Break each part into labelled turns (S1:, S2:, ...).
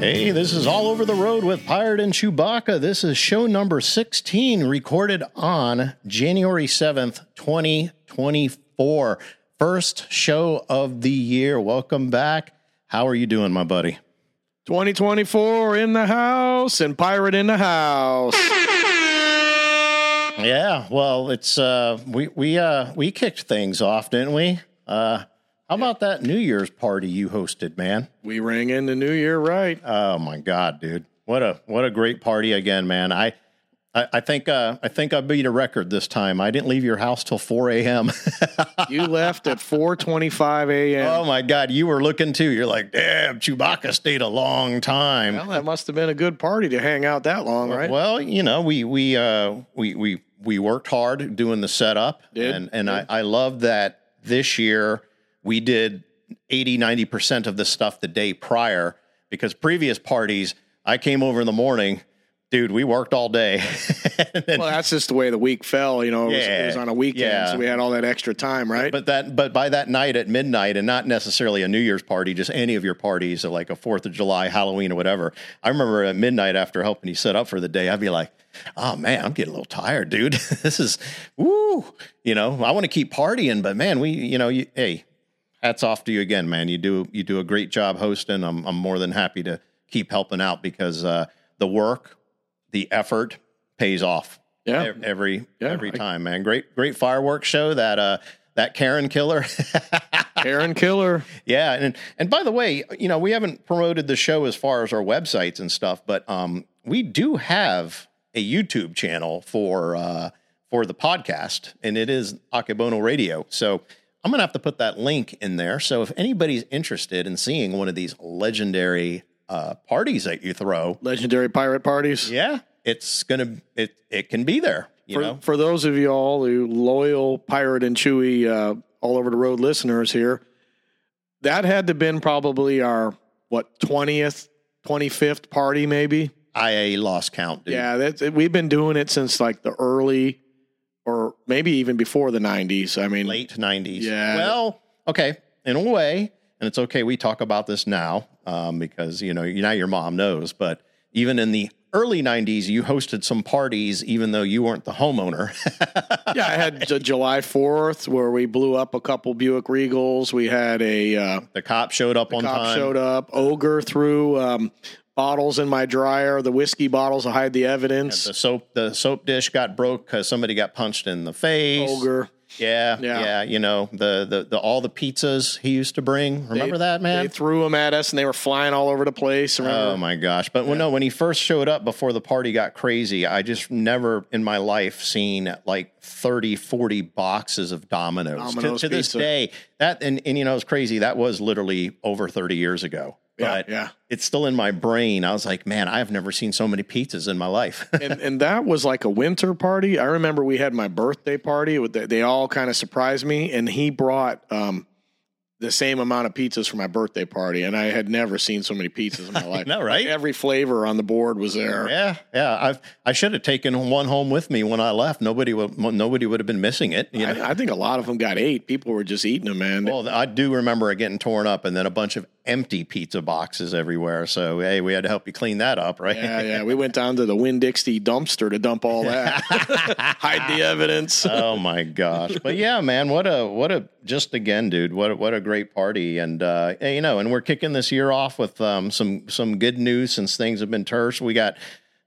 S1: Hey, this is All Over the Road with Pirate and Chewbacca. This is show number 16, recorded on January 7th, 2024. First show of the year. Welcome back. How are you doing, my buddy?
S2: 2024 in the house and pirate in the house.
S1: Yeah, well, it's uh we we uh we kicked things off, didn't we? Uh how about that New Year's party you hosted, man?
S2: We rang in the new year right. Uh,
S1: Oh my god, dude. What a what a great party again, man. I I, I think uh, I think I beat a record this time. I didn't leave your house till 4 a.m.
S2: You left at 4:25 a.m.
S1: oh my God, you were looking too. You're like, damn, Chewbacca stayed a long time.
S2: Well, that must have been a good party to hang out that long, right?
S1: Well, you know, we we uh, we we we worked hard doing the setup,
S2: Did,
S1: and and I I love that this year we did 80 90 percent of the stuff the day prior because previous parties I came over in the morning, dude, we worked all day.
S2: Well, that's just the way the week fell, you know. It was, it
S1: Yeah,
S2: was on a weekend,
S1: yeah.
S2: so we had all that extra time, right?
S1: But that, but by that night at midnight, and not necessarily a New Year's party, just any of your parties, or like a Fourth of July, Halloween, or whatever. I remember at midnight after helping you set up for the day, I'd be like, "Oh man, I'm getting a little tired, dude. this is, woo, you know. I want to keep partying, but man, we, you know, you, hey, hats off to you again, man. You do you do a great job hosting. I'm I'm more than happy to keep helping out because uh, the work, the effort pays off.
S2: Yeah.
S1: Ev- every
S2: Yeah,
S1: every
S2: I-
S1: time, man. Great great fireworks show that uh that Karen killer.
S2: Aaron Killer.
S1: yeah, and and by the way, you know, we haven't promoted the show as far as our websites and stuff, but um we do have a YouTube channel for uh for the podcast and it is Akebono Radio. So I'm going to have to put that link in there. So if anybody's interested in seeing one of these legendary uh parties that you throw,
S2: Legendary pirate parties.
S1: yeah, it's going to it it can be there, you
S2: for,
S1: know.
S2: for those of you all who loyal pirate and chewy uh, all over the road listeners here that had to been probably our what 20th 25th party maybe
S1: I lost count, dude.
S2: yeah that's we've been doing it since like the early or maybe even before the 90s i mean
S1: late 90s.
S2: Yeah.
S1: Well, okay, in a way, and it's okay we talk about this now um, because, you know, you- now your mom knows, but even in the early 90s, you hosted some parties even though you weren't the homeowner.
S2: yeah i had J- july 4th where we blew up a couple buick regals we had a uh,
S1: the cop showed up on
S2: cop
S1: time.
S2: showed up ogre threw um, bottles in my dryer the whiskey bottles to hide the evidence
S1: The soap the soap dish got broke because somebody got punched in the face.
S2: ogre
S1: Yeah, yeah,
S2: Yeah.
S1: You know the, the the all the pizzas he used to bring. Remember that man?
S2: They threw them at us, and they were flying all over the place.
S1: Oh
S2: Remember?
S1: my gosh. But when, no, when he first showed up before the party got crazy, I just never in my life seen like 30, 40 boxes of Domino's. To-
S2: Domino's
S1: to, this
S2: pizza.
S1: day, that, and, and you know, it's crazy. That was literally over 30 years ago.
S2: yeah,
S1: but
S2: yeah.
S1: it's still in my brain. I was like, man, I've never seen so many pizzas in my life.
S2: And and that was like a winter party. I remember we had my birthday party. with- They they all kind of surprised me, and he brought um the same amount of pizzas for my birthday party, and I had never seen so many pizzas in my life.
S1: know, right?
S2: Like, every flavor on the board was there.
S1: yeah, yeah. I've, I should have taken one home with me when I left. Nobody would, nobody would have been missing it. You know?
S2: I, I think a lot of them got eight. People were just eating them, man.
S1: Well, I do remember it getting torn up and then a bunch of empty pizza boxes everywhere. So, hey, we had to help you clean that up, right?
S2: yeah, yeah. We went down to the Winn Dixie dumpster to dump all that, hide the evidence.
S1: oh my gosh. But yeah, man, what a what a just again, dude, what a, what a great party and uh hey, you know, and we're kicking this year off with um some some good news since things have been terse. We got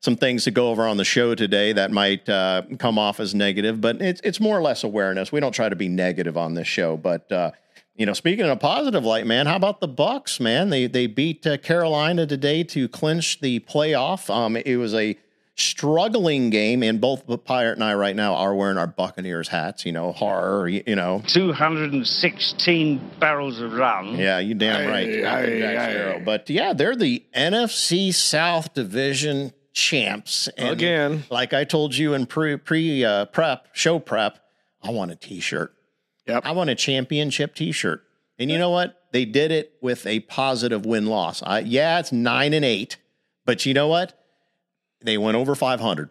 S1: some things to go over on the show today that might uh, come off as negative, but it's it's more or less awareness. We don't try to be negative on this show, but uh you know, speaking in a positive light, man, how about the Bucks, man? They they beat uh, Carolina today to clinch the playoff. Um, it was a struggling game, and both the Pirate and I right now are wearing our Buccaneers hats. You know, horror. You, you know,
S3: 216 barrels of rum.
S1: yeah, you damn right,
S2: Aye,
S1: Captain
S2: aye,
S1: Jack
S2: aye.
S1: Sparrow. But yeah, they're the NFC South Division champs and
S2: Again.
S1: Like I told you in pre pre uh, prep show prep, I want a T-shirt.
S2: Yep.
S1: I want a championship T-shirt. And you know what? They did it with a positive win loss. I, yeah, it's nine and eight, but you know what? They went over five hundred.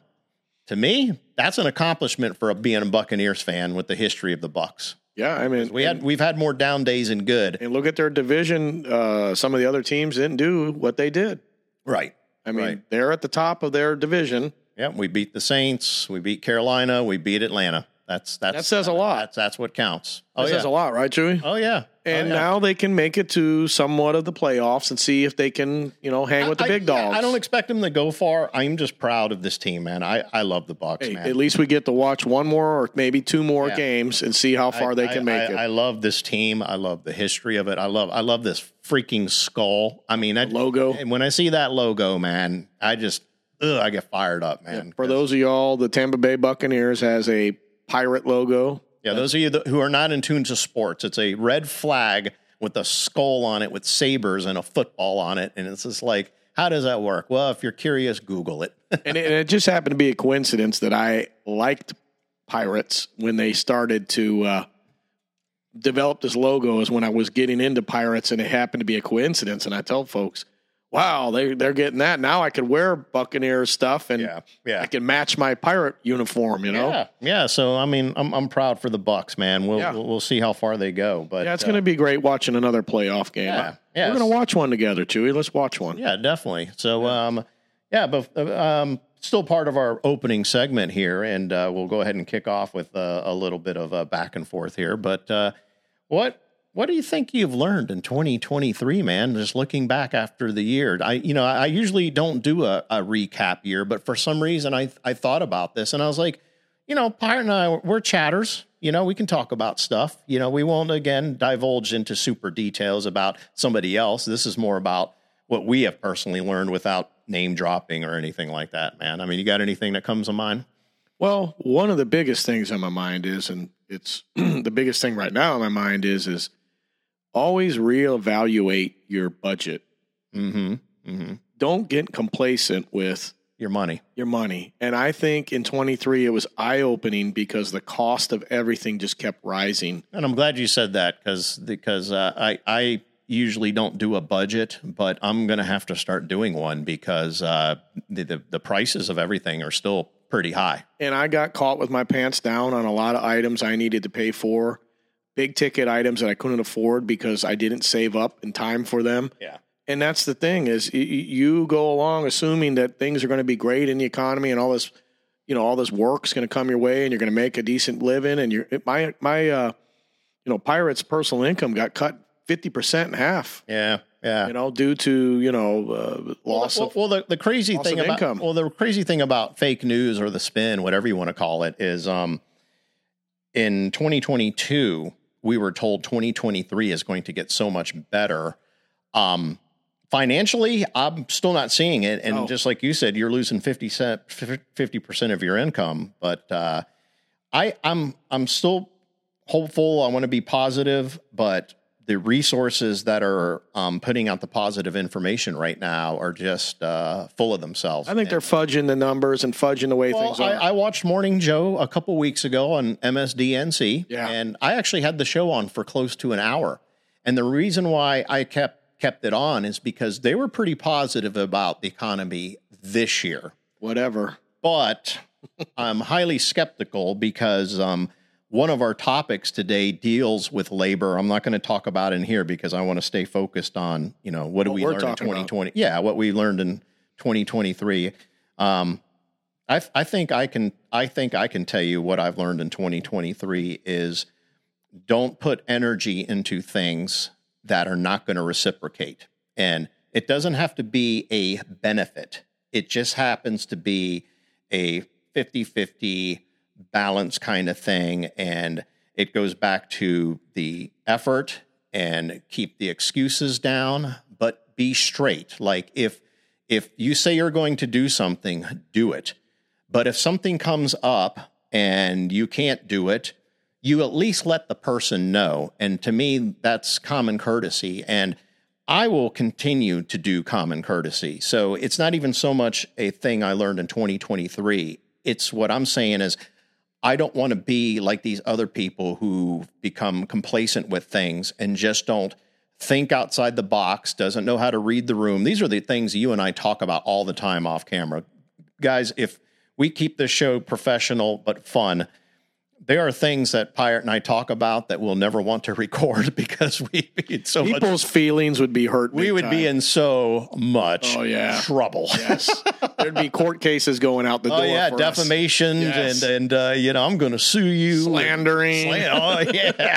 S1: To me, that's an accomplishment for a, being a Buccaneers fan with the history of the Bucks.
S2: Yeah, I mean,
S1: We had we've had more down days than good.
S2: And look at their division. Uh, some of the other teams didn't do what they did.
S1: Right.
S2: I mean,
S1: Right.
S2: they're at the top of their division.
S1: Yeah, we beat the Saints. We beat Carolina. We beat Atlanta. That's that's
S2: That says a lot.
S1: That's that's what counts.
S2: That
S1: Oh yeah.
S2: says a lot, right, Chewy?
S1: oh yeah.
S2: and
S1: oh, yeah.
S2: now they can make it to somewhat of the playoffs and see if they can, you know, hang with the
S1: I-
S2: big
S1: I,
S2: dogs.
S1: I don't expect them to go far. I'm just proud of this team, man. I, I love the Bucks,
S2: Hey,
S1: man.
S2: at least we get to watch one more or maybe two more
S1: Yeah.
S2: games and see how far
S1: I-
S2: they
S1: I-
S2: can make
S1: I,
S2: it.
S1: I love this team. I love the history of it. I love I love this freaking skull. I mean, that
S2: logo.
S1: And when I see that logo, man, I just ugh, I get fired up, man.
S2: For those of y'all, the Tampa Bay Buccaneers has a pirate logo.
S1: Yeah, those of you that, who are not in tune to sports, it's a red flag with a skull on it with sabers and a football on it. And it's just like, how does that work? Well, if you're curious, Google it.
S2: and, it, and it just happened to be a coincidence that I liked pirates when they started to uh, develop this logo. Is when I was getting into pirates, and it happened to be a coincidence. And I tell folks, "Wow, they they're getting that now. I could wear Buccaneers stuff, and
S1: Yeah, yeah.
S2: I can match my pirate uniform." You know,
S1: yeah. Yeah. So, I mean, I'm, I'm proud for the Bucks, man. We'll,
S2: Oh. Yeah.
S1: we'll, we'll see how far they go. But
S2: Yeah, it's
S1: uh,
S2: going to be great watching another playoff game.
S1: Yeah,
S2: We're
S1: yes.
S2: going to watch one together, Chewy. Let's watch one.
S1: Yeah, definitely. So, um, yeah, but uh, um, still part of our opening segment here, and uh, we'll go ahead and kick off with uh, a little bit of uh, back and forth here. But uh, what what do you think you've learned in 2023, man? Just looking back after the year, I you know I usually don't do a, a recap year, but for some reason I I thought about this and I was like, you know, Pirate and I we're chatters. You know, we can talk about stuff. You know, we won't again divulge into super details about somebody else. This is more about what we have personally learned without name dropping or anything like that, man. I mean, you got anything that comes to mind?
S2: Well, one of the biggest things on my mind is, and it's the biggest thing right now on my mind is, is always reevaluate your budget.
S1: Mm-hmm. Mm-hmm.
S2: Don't get complacent with
S1: Your money.
S2: your money. And I think in 23, it was eye opening because the cost of everything just kept rising.
S1: And I'm glad you said that because because uh, I I usually don't do a budget, but I'm gonna have to start doing one because uh, the, the the prices of everything are still pretty high.
S2: And I got caught with my pants down on a lot of items I needed to pay for, big ticket items that I couldn't afford because I didn't save up in time for them.
S1: Yeah.
S2: and that's the thing is y- y- you go along assuming that things are going to be great in the economy and all this you know all this work's going to come your way and you're going to make a decent living and you're it- my my uh you know pirates personal income got cut 50% in half
S1: Yeah. Yeah.
S2: you know due to you know uh, loss
S1: well,
S2: of
S1: well, the, the crazy
S2: loss
S1: thing
S2: of
S1: about
S2: income.
S1: well the crazy thing about fake news or the spin whatever you want to call it is um in 2022 we were told 2023 is going to get so much better um financially i'm still not seeing it and
S2: No.
S1: just like you said you're losing 50 cent 50% of your income but uh i i'm i'm still hopeful. I want to be positive, but the resources that are um, putting out the positive information right now are just uh, full of themselves.
S2: i think they're fudging the numbers and fudging the way
S1: well,
S2: things
S1: I,
S2: are
S1: I watched Morning Joe a couple weeks ago on MSDNC,
S2: Yeah.
S1: and I actually had the show on for close to an hour. And the reason why I kept kept it on is because they were pretty positive about the economy this year
S2: whatever
S1: but I'm highly skeptical because um, one of our topics today deals with labor. I'm not going to talk about in here because I want to stay focused on you know what, do
S2: What
S1: we
S2: we're
S1: learn in
S2: talking about.
S1: 2020? Yeah, what we learned in 2023. Um, I, I think I can I think I can tell you what I've learned in 2023 is don't put energy into things that are not going to reciprocate. And it doesn't have to be a benefit. It just happens to be a 50-50 balance kind of thing and it goes back to the effort and keep the excuses down, but be straight. Like if if you say you're going to do something, do it. But if something comes up and you can't do it, you at least let the person know. And to me, that's common courtesy. And I will continue to do common courtesy. So it's not even so much a thing I learned in 2023. It's what I'm saying is I don't want to be like these other people who become complacent with things and just don't think outside the box, doesn't know how to read the room. These are the things you and I talk about all the time off camera. Guys, if we keep this show professional but fun, there are things that Pirate and I talk about that we'll never want to record because we it's so much
S2: People's feelings would be hurt.
S1: we
S2: big
S1: would be
S2: time.
S1: in so much
S2: Oh, yeah.
S1: trouble.
S2: Yes. There'd be court cases going out the door.
S1: Oh yeah,
S2: for us.
S1: defamation
S2: Yes.
S1: and and uh, you know I'm going to sue you.
S2: Slandering.
S1: Slan- oh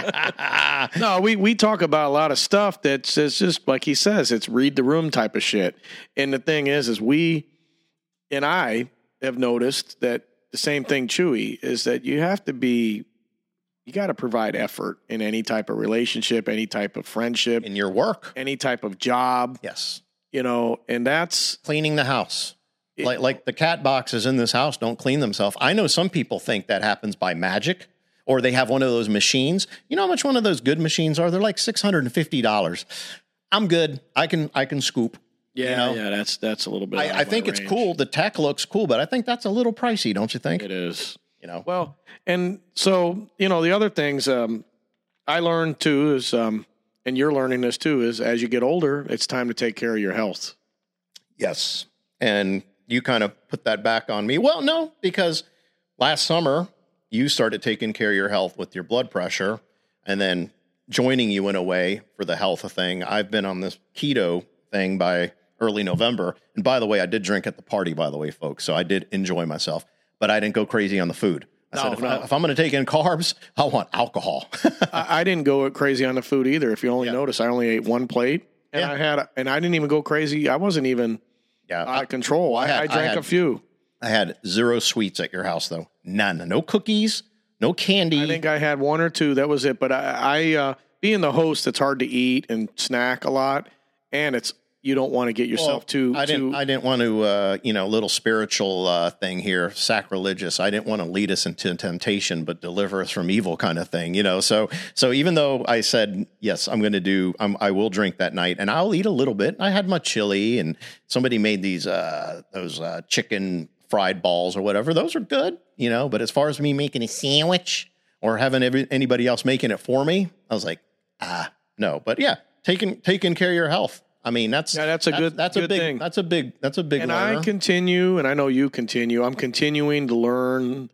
S1: yeah.
S2: No, we we talk about a lot of stuff that's it's just like he says, it's read the room type of shit. And the thing is, is we and I have noticed that the same thing, Chewy, is that you have to be you got to provide effort in any type of relationship, any type of friendship,
S1: In your work.
S2: any type of job,
S1: Yes.
S2: you know, and that's
S1: Cleaning the house. Like like the cat boxes in this house don't clean themselves. I know some people think that happens by magic or they have one of those machines. You know how much one of those good machines are? They're like $650. I'm good. I can I can scoop.
S2: yeah,
S1: you know?
S2: yeah, that's that's a little bit. out of
S1: I, I
S2: my
S1: think it's
S2: range.
S1: cool. The tech looks cool, but I think that's a little pricey, don't you think?
S2: It is.
S1: You know.
S2: Well, and so you know the other things um, I learned too is, um, and you're learning this too is as you get older, it's time to take care of your health.
S1: Yes. And you kind of put that back on me. Well, no, because last summer you started taking care of your health with your blood pressure and then joining you in a way for the health thing. I've been on this keto thing by early November. And by the way, I did drink at the party, by the way, folks. So I did enjoy myself, but I didn't go crazy on the food. I said,
S2: No,
S1: if,
S2: no.
S1: I, if I'm going to take in carbs, I want alcohol.
S2: I, I didn't go crazy on the food either. If you only notice, I only ate one plate, and
S1: Yeah.
S2: I had, a, and I didn't even go crazy. I wasn't even
S1: yeah.
S2: out of control. I,
S1: had-
S2: I
S1: I
S2: drank
S1: had-
S2: a few.
S1: I had zero sweets at your house, though. None. No cookies, no candy.
S2: I think I had one or two. That was it. But I, I uh, being the host, it's hard to eat and snack a lot, and it's you don't want to get yourself too
S1: I didn't.
S2: too
S1: I didn't want to. Uh, you know, little spiritual uh, thing here, sacrilegious. I didn't want to lead us into temptation, but deliver us from evil, kind of thing. You know, so so even though I said yes, I'm going to do. I'm, I will drink that night, and I'll eat a little bit. I had my chili, and somebody made these uh, those uh, chicken fried balls or whatever. Those are good, you know. But as far as me making a sandwich or having every, anybody else making it for me, I was like, ah, no. But yeah, taking taking care of your health. I mean, that's
S2: Yeah, that's a good-
S1: that's a
S2: good
S1: big
S2: thing.
S1: that's a big that's a big
S2: and
S1: learner.
S2: I continue, and I know you continue. I'm continuing to learn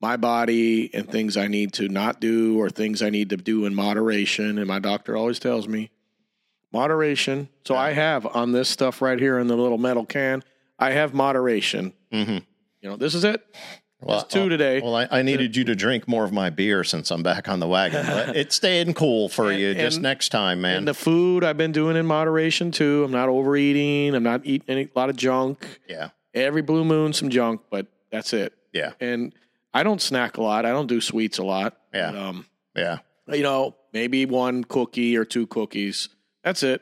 S2: my body and things I need to not do or things I need to do in moderation. And my doctor always tells me moderation. So I have on this stuff right here in the little metal can. I have moderation.
S1: Mhm.
S2: You know, this is it.
S1: well, oh,
S2: two today.
S1: Well, I, I needed you to drink more of my beer since I'm back on the wagon. But it's staying cool for you. Just
S2: and-
S1: next time, man.
S2: And the food I've been doing in moderation too. I'm not overeating. I'm not eating any, a lot of junk.
S1: yeah,
S2: Every blue moon, some junk, but that's it.
S1: yeah,
S2: And I don't snack a lot. I don't do sweets a lot.
S1: Yeah.
S2: But, um,
S1: yeah.
S2: you know, maybe one cookie or two cookies. That's it.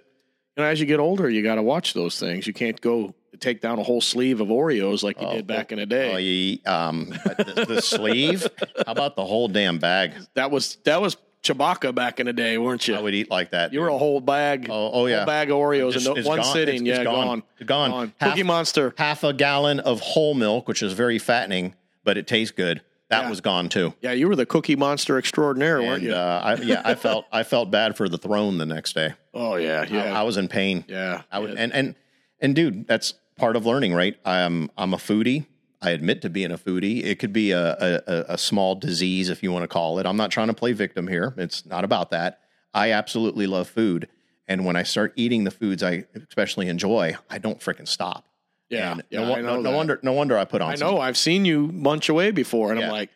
S2: You know, as you get older, you got to watch those things. You can't go take down a whole sleeve of Oreos like you
S1: Oh,
S2: did back in the
S1: Oh,
S2: day.
S1: you eat, um, the, the sleeve. How about the whole damn bag?
S2: That was that was Chewbacca back in the day, weren't you?
S1: I would eat like that.
S2: you were a whole bag,
S1: Oh, oh, yeah.
S2: whole bag of Oreos
S1: It's-
S2: in the-
S1: it's
S2: one
S1: gone.
S2: sitting.
S1: It's-
S2: yeah,
S1: it's
S2: gone,
S1: gone. Gone. Half-
S2: Cookie Monster.
S1: half a gallon of whole milk, which is very fattening, but it tastes good. That
S2: Yeah.
S1: was gone too.
S2: Yeah, you were the Cookie Monster extraordinaire, weren't
S1: And
S2: you?
S1: uh, I, yeah, I felt I felt bad for the throne the next day.
S2: oh yeah,
S1: I-
S2: yeah,
S1: I was in pain.
S2: yeah.
S1: I would, and and and dude, that's part of learning, right? I'm I'm a foodie. I admit to being a foodie. It could be a, a a- a small disease if you want to call it. I'm not trying to play victim here. It's not about that. I absolutely love food, and when I start eating the foods I especially enjoy, I don't freaking stop.
S2: yeah,
S1: And
S2: yeah,
S1: no, won-
S2: I
S1: no,
S2: know
S1: no
S2: that.
S1: wonder. No wonder I put on.
S2: I
S1: some-
S2: know. I've seen you munch away before, and I'm
S1: Yeah.
S2: like,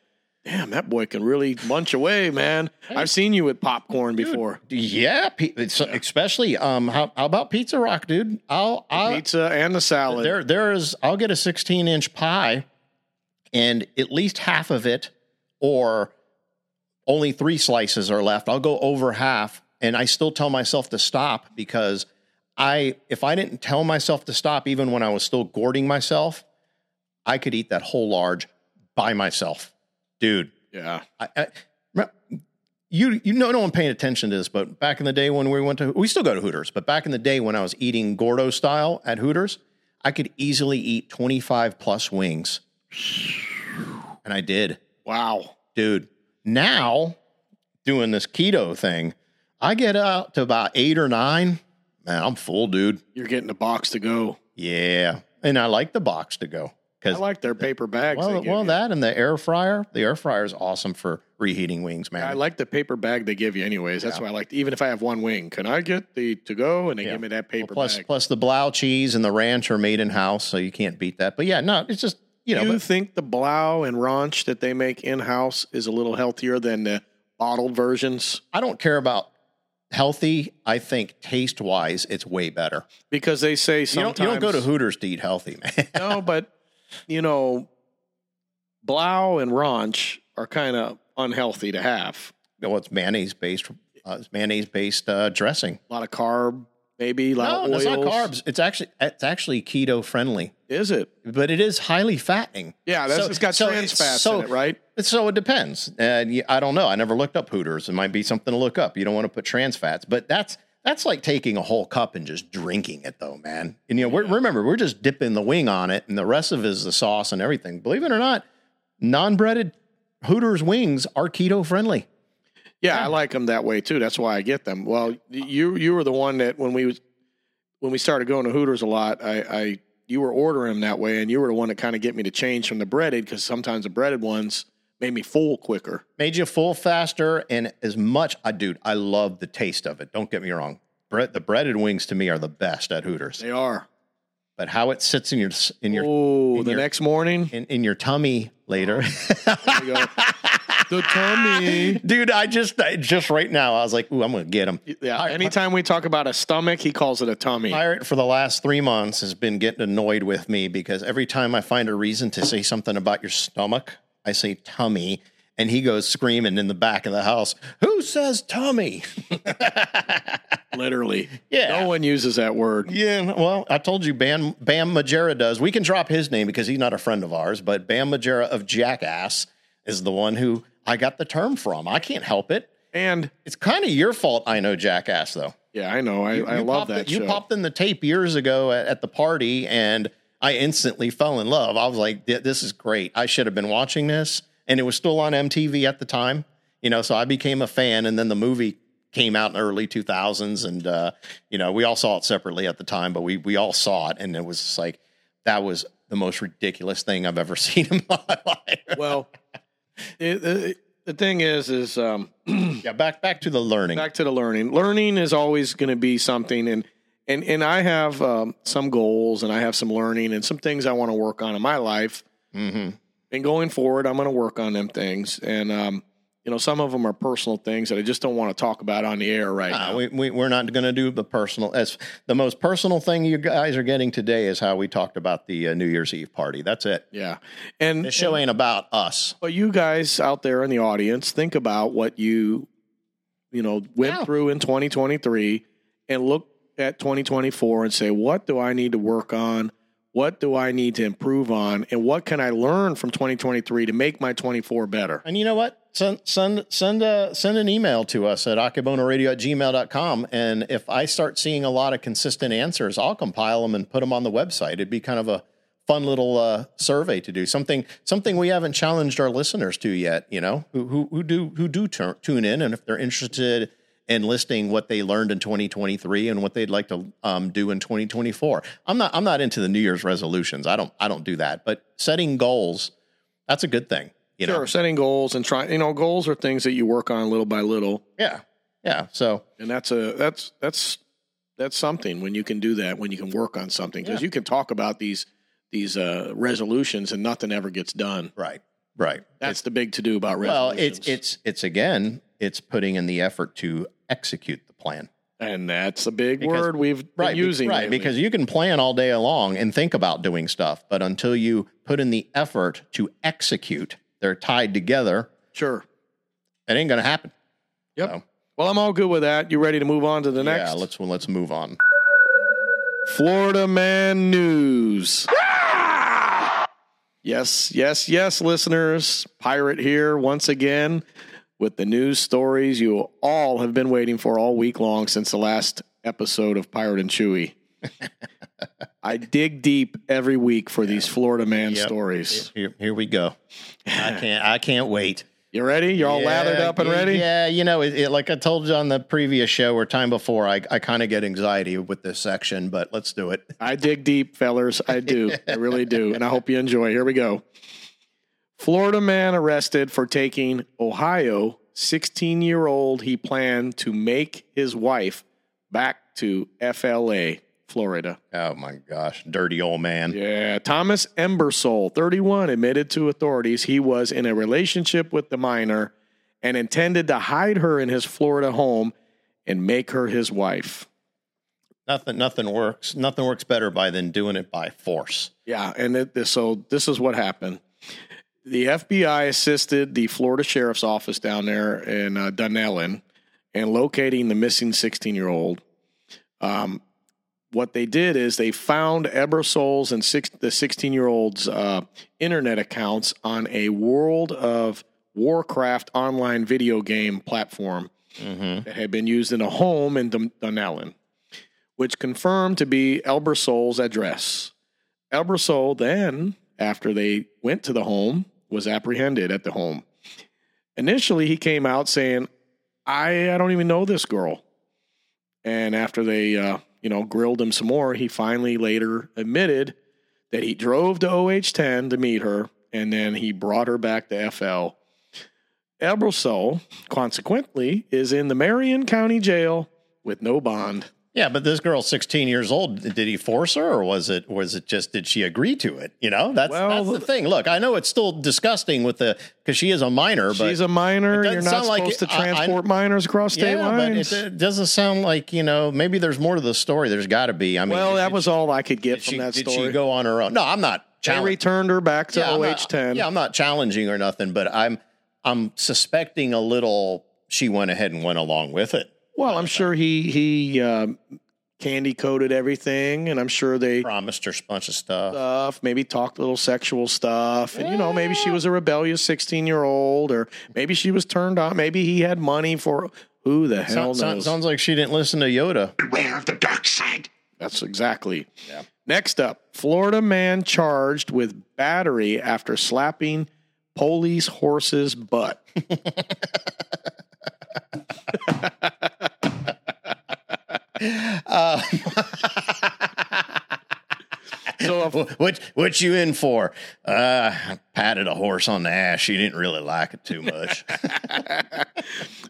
S2: damn, that boy can really munch away, man. I've seen you with popcorn before.
S1: Yeah, pe- it's- especially um. How, how about Pizza Rock, dude? I'll I'll
S2: Pizza and the salad.
S1: There, there is. I'll get a 16 inch pie, and at least half of it, or only three slices are left. I'll go over half, and I still tell myself to stop because I, if I didn't tell myself to stop, even when I was still gorging myself, I could eat that whole large by myself, dude.
S2: yeah.
S1: I, I, re- you you know no one paying attention to this, but back in the day when we went to we still go to Hooters, but back in the day when I was eating Gordo style at Hooters, I could easily eat twenty five plus wings, and I did,
S2: Wow.
S1: dude. Now doing this keto thing, I get out to about eight or nine. Man, I'm full, dude.
S2: You're getting a box to go.
S1: Yeah, and I like the box to go.
S2: I
S1: because
S2: like their paper bags. they
S1: well,
S2: give
S1: well
S2: you.
S1: that and the air fryer. The air fryer is awesome for reheating wings, man.
S2: I like the paper bag they give you, anyways. That's why I like. Even if I have one wing, can I get the to go? And they
S1: Yeah.
S2: give me that paper
S1: plus
S2: bag.
S1: plus the Blau cheese and the ranch are made in house, so you can't beat that. But yeah, no, it's just you know,
S2: Do you
S1: but
S2: think the blau and ranch that they make in house is a little healthier than the bottled versions?
S1: I don't care about healthy. I think taste wise, it's way better.
S2: Because they say
S1: You don't,
S2: sometimes
S1: you don't go to Hooters to eat healthy, man.
S2: no, but you know, blau and ranch are kind of unhealthy to have.
S1: well, it's mayonnaise based, uh, mayonnaise based uh, dressing.
S2: A lot of carb, maybe a lot
S1: no,
S2: of
S1: it's
S2: oils.
S1: not carbs. It's actually it's actually keto friendly,
S2: Is it?
S1: but it is highly fattening.
S2: Yeah, that's
S1: So-
S2: it's got
S1: so
S2: trans
S1: it-
S2: fats
S1: so-
S2: in it, right?
S1: So it depends. And you- I don't know. I never looked up Hooters. It might be something to look up. You don't want to put trans fats, but that's that's like taking a whole cup and just drinking it, though, man. And you know, we're, remember we're just dipping the wing on it, and the rest of it is the sauce and everything. Believe it or not, non-breaded Hooters wings are keto friendly.
S2: Yeah, I like them that way too. That's why I get them. Well, you you were the one that when we was when we started going to Hooters a lot, I, I you were ordering them that way, and you were the one that kind of get me to change from the breaded because sometimes the breaded ones made me full quicker.
S1: Made you full faster and as much. I dude, I love the taste of it. Don't get me wrong. Bread, the breaded wings to me are the best at Hooters.
S2: They are.
S1: But how it sits in your s- in your
S2: Oh,
S1: in
S2: the
S1: your-
S2: next morning,
S1: in, in your tummy later.
S2: I go, the tummy.
S1: Dude, I just I, just right now I was like, "Ooh, I'm gonna get him."
S2: Yeah.
S1: I-
S2: Anytime we talk about a stomach, he calls it a tummy.
S1: Pirate for the last three months has been getting annoyed with me because every time I find a reason to say something about your stomach, I say tummy, and he goes screaming in the back of the house, "Who says tummy?"
S2: Literally.
S1: Yeah.
S2: No one uses that word.
S1: Yeah, well, I told you Bam Bam Majera does. We can drop his name because he's not a friend of ours, but Bam Majera of Jackass is the one who I got the term from. I can't help it.
S2: And
S1: It's kind of your fault I know Jackass though.
S2: yeah, I know. I, I
S1: You
S2: love
S1: popped
S2: that
S1: it-
S2: show.
S1: You popped in the tape years ago at, at the party, and I instantly fell in love. I was like, "Th- "This is great! I should have been watching this." And it was still on MTV at the time, you know. So I became a fan, and then the movie came out in the early 2000s, and uh, you know, we all saw it separately at the time, but we we all saw it, and it was just like that was the most ridiculous thing I've ever seen in my life.
S2: well, it, it, the thing is, is um,
S1: yeah, back back to the learning.
S2: back to the learning. Learning is always going to be something, and and and I have um, some goals, and I have some learning, and some things I want to work on in my life.
S1: hmm
S2: And going forward, I'm going to work on them things, and um, you know, some of them are personal things that I just don't want to talk about on the air right
S1: Ah,
S2: now.
S1: we, we, we're not going to do the personal. As the most personal thing you guys are getting today is how we talked about the uh, New Year's Eve party. That's it.
S2: yeah, and
S1: The show ain't about us.
S2: But you guys out there in the audience, think about what you, you know, went
S1: Yeah.
S2: through in 2023 and look at 2024 and say, what do I need to work on? What do I need to improve on? And what can I learn from 2023 to make my 24 better?
S1: And you know what? Send send send a, send an email to us at akibonaradio at gmail.com. And if I start seeing a lot of consistent answers, I'll compile them and put them on the website. It'd be kind of a fun little uh, survey to do something something we haven't challenged our listeners to yet. You know who who, who do who do tur- tune in, and if they're interested in listing what they learned in 2023 and what they'd like to um, do in 2024. I'm not I'm not into the New Year's resolutions. I don't I don't do that. But setting goals, that's a good thing. You know.
S2: Sure, setting goals and trying, you know, goals are things that you work on little by little.
S1: Yeah. Yeah. So
S2: And that's a, that's, that's, that's something when you can do that, when you can work on something, because you can talk about these, these uh, resolutions and nothing ever gets done.
S1: right. Right.
S2: That's the big to do about
S1: Well,
S2: resolutions.
S1: it's it's it's again, it's putting in the effort to execute the plan.
S2: and that's a big
S1: Because-
S2: word we've
S1: Right.
S2: been
S1: be-
S2: using.
S1: right.
S2: lately.
S1: Because you can plan all day long and think about doing stuff, but until you put in the effort to execute, they're tied together.
S2: sure.
S1: It ain't gonna happen.
S2: Yep.
S1: No.
S2: Well, I'm all good with that. You ready to move on to the next?
S1: Yeah, let's well, let's move on.
S2: Florida man news. yes, yes, yes, listeners. Pirate here once again with the news stories you all have been waiting for all week long since the last episode of Pirate and Chewy. I dig deep every week for these Florida man
S1: Yep.
S2: stories.
S1: Here, here we go. I can't I can't wait.
S2: You ready? You're all
S1: Yeah,
S2: lathered up and
S1: yeah,
S2: ready?
S1: Yeah, you know, it, it, like I told you on the previous show or time before, I, I kind of get anxiety with this section, but let's do it.
S2: I dig deep, fellers. I do. I really do. And I hope you enjoy. Here we go. Florida man arrested for taking Ohio 16 year old he planned to make his wife back to FLA, Florida.
S1: Oh my gosh, dirty old man.
S2: Yeah. Thomas Embersole, 31, admitted to authorities he was in a relationship with the minor and intended to hide her in his Florida home and make her his wife.
S1: Nothing, nothing works. Nothing works better by than doing it by force.
S2: Yeah, and it, this- so this is what happened. The FBI assisted the Florida Sheriff's Office down there in uh, Dunellen in locating the missing 16 year old. Um, what they did is they found Ebersole's and six, the 16 year old's uh, internet accounts on a World of Warcraft online video game platform
S1: Mm-hmm.
S2: that had been used in a home in Dun- Dunellen, which confirmed to be Elbersole's address. Elbersole then, after they went to the home, was apprehended at the home. Initially, he came out saying, I, I don't even know this girl. And after they, uh, you know, grilled him some more, he finally later admitted that he drove to OH10 to meet her, and then he brought her back to FL. Ebersole, consequently, is in the Marion County Jail with no bond.
S1: Yeah, but this girl's 16 years old. Did he force her, or was it was it just did she agree to it? You know, that's
S2: Well,
S1: that's the thing. Look, I know it's still disgusting with the because she is a minor, but
S2: She's a minor.
S1: it doesn't
S2: You're not
S1: sound like
S2: supposed to
S1: it- I- I-
S2: transport minors across state
S1: yeah, but
S2: lines.
S1: it, it doesn't sound like you know. Maybe there's more to the story. There's got to be. I mean,
S2: well,
S1: did
S2: that was all I could get
S1: did
S2: from
S1: she,
S2: that
S1: did
S2: story.
S1: she go on her own? No, I'm not
S2: they
S1: challenging.
S2: returned her back to
S1: I'm not-
S2: OH10.
S1: Yeah, I'm not challenging or nothing, but I'm I'm suspecting a little. She went ahead and went along with it.
S2: well, I'm sure he he um, candy coated everything, and I'm sure they
S1: Promised her a bunch of stuff.
S2: stuff, maybe talked little sexual stuff. And, you know, maybe
S1: Eh.
S2: she was a rebellious 16 year old, or maybe she was turned on. Maybe he had money for who the hell
S1: Sound- sound-
S2: knows.
S1: sounds like she didn't listen to Yoda.
S4: Beware of the dark side.
S2: That's exactly. Next up, Florida man charged with battery after slapping police horse's butt.
S1: Uh,
S2: So a
S1: what what you in for? Uh, I patted a horse on the ass. She didn't really like it too much.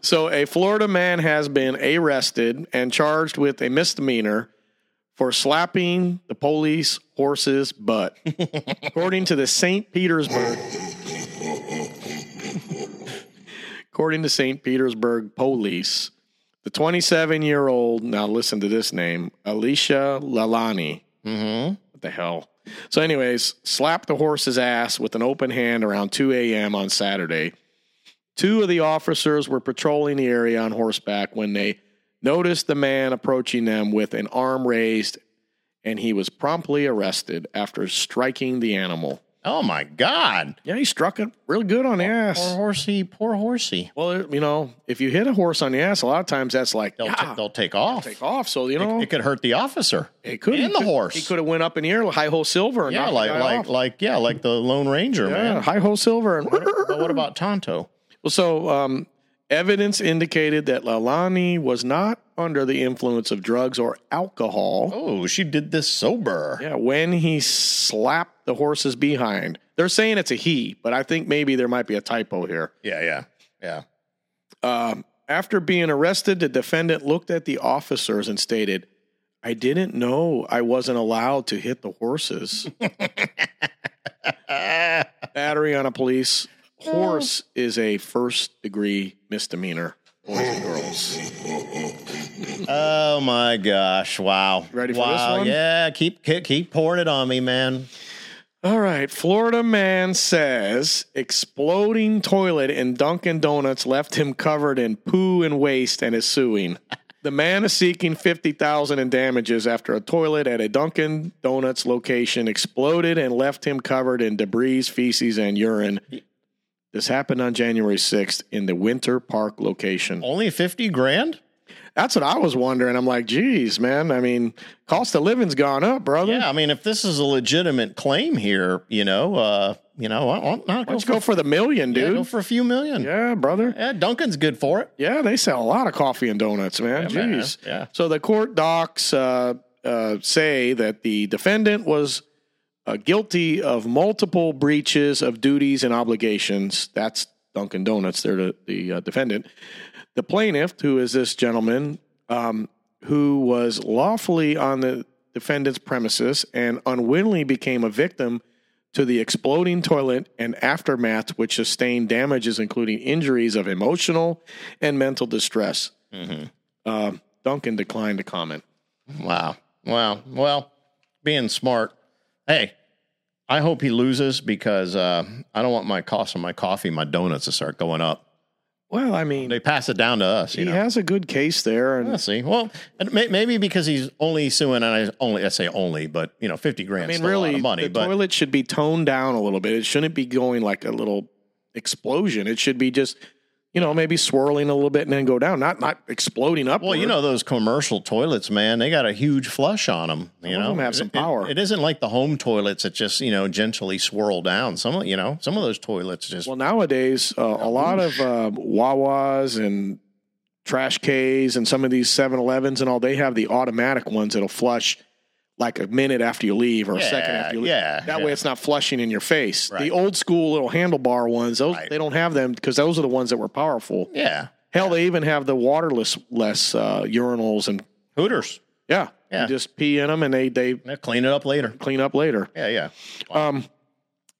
S2: So, a Florida man has been arrested and charged with a misdemeanor for slapping the police horse's butt, according to the St. Petersburg. according to St. Petersburg police, the 27-year-old. Now, listen to this name, Alicia Lalani.
S1: mm-hmm.
S2: What the hell? So, anyways, slapped the horse's ass with an open hand around 2 a.m. on Saturday. Two of the officers were patrolling the area on horseback when they noticed the man approaching them with an arm raised, and he was promptly arrested after striking the animal.
S1: Oh my God!
S2: Yeah, he struck it real good on the
S1: Poor
S2: ass.
S1: horsey, poor horsey.
S2: Well, you know, if you hit a horse on the ass, a lot of times that's like
S1: They'll
S2: "Yeah,
S1: ta- they'll take off.
S2: take off. So you know,
S1: It could hurt the officer.
S2: it could
S1: and the horse.
S2: He could have went up in the air, high hole silver, and
S1: Yeah,
S2: knocked the
S1: like
S2: guy
S1: like
S2: off.
S1: like yeah, like the Lone Ranger
S2: Yeah,
S1: man.
S2: high hole silver. And
S1: But what about Tonto?
S2: Well, so um, evidence indicated that Lalani was not under the influence of drugs or alcohol.
S1: Oh, she did this sober.
S2: Yeah, when he slapped the horse's behind. They're saying it's a he, but I think maybe there might be a typo here.
S1: Yeah, yeah, yeah.
S2: Um, after being arrested, the defendant looked at the officers and stated, I didn't know I wasn't allowed to hit the horses. Battery on a police horse is a first degree misdemeanor. Boys and girls.
S1: Oh my gosh! Wow.
S2: Ready for this
S1: wow.
S2: one?
S1: Yeah, keep keep keep pouring it on me, man.
S2: All right, Florida man says exploding toilet in Dunkin' Donuts left him covered in poo and waste and is suing. The man is seeking 50,000 in damages after a toilet at a Dunkin' Donuts location exploded and left him covered in debris, feces and urine. This happened on January 6th in the Winter Park location.
S1: Only fifty grand?
S2: That's what I was wondering. I'm like, geez, man. I mean, cost of living's gone up, brother.
S1: Yeah, I mean, if this is a legitimate claim here, you know, uh, you know, I, I'm not
S2: Let's
S1: go
S2: go for the million,
S1: yeah, go
S2: dude.
S1: for a few million. Yeah,
S2: Yeah, brother.
S1: Duncan's good for it.
S2: Yeah, they sell a lot of coffee and donuts, man.
S1: Yeah, man.
S2: Jeez.
S1: Yeah.
S2: So the court docs uh, uh, say that the defendant was uh, guilty of multiple breaches of duties and obligations. That's Dunkin' Donuts. They're the, the uh, defendant. The plaintiff, who is this gentleman, um, who was lawfully on the defendant's premises and unwittingly became a victim to the exploding toilet and aftermath, which sustained damages, including injuries of emotional and mental distress.
S1: Mm-hmm.
S2: Um, Duncan declined to comment.
S1: Wow. Wow. Well, being smart. Hey, I hope he loses because uh, I don't want my cost of my coffee, my donuts to start going up.
S2: Well, I mean,
S1: They pass it down to us, you
S2: he
S1: know.
S2: has a good case there, and
S1: Let's see. Well, and may, maybe because he's only suing, and I only I say only, but you know, fifty grand.
S2: I mean,
S1: still a lot
S2: really,
S1: of money.
S2: the
S1: But
S2: toilet should be toned down a little bit. It shouldn't be going like a little explosion. It should be just, you know, maybe swirling a little bit and then go down, not not exploding up.
S1: well, you know those commercial toilets, man. They got a huge flush on them. You
S2: Some of
S1: know,
S2: them have some
S1: It- it-
S2: power.
S1: it isn't like the home toilets that just you know gently swirl down. Some of- you know some of those toilets just
S2: Well, nowadays, uh, a lot of uh, Wawas and Trash Ks and some of these 7 Elevens and all, they have the automatic ones that'll flush like a minute after you leave or a second
S1: Yeah,
S2: after you leave.
S1: yeah,
S2: that
S1: yeah.
S2: way it's not flushing in your face. The
S1: Right.
S2: old school little handlebar ones, those
S1: Right.
S2: they don't have them because those are the ones that were powerful.
S1: yeah
S2: Hell, they even have the waterless less uh, urinals and
S1: Hooters.
S2: yeah,
S1: Yeah.
S2: you just pee in them and they they
S1: They'll clean it up later.
S2: clean up later.
S1: Yeah, yeah.
S2: Um,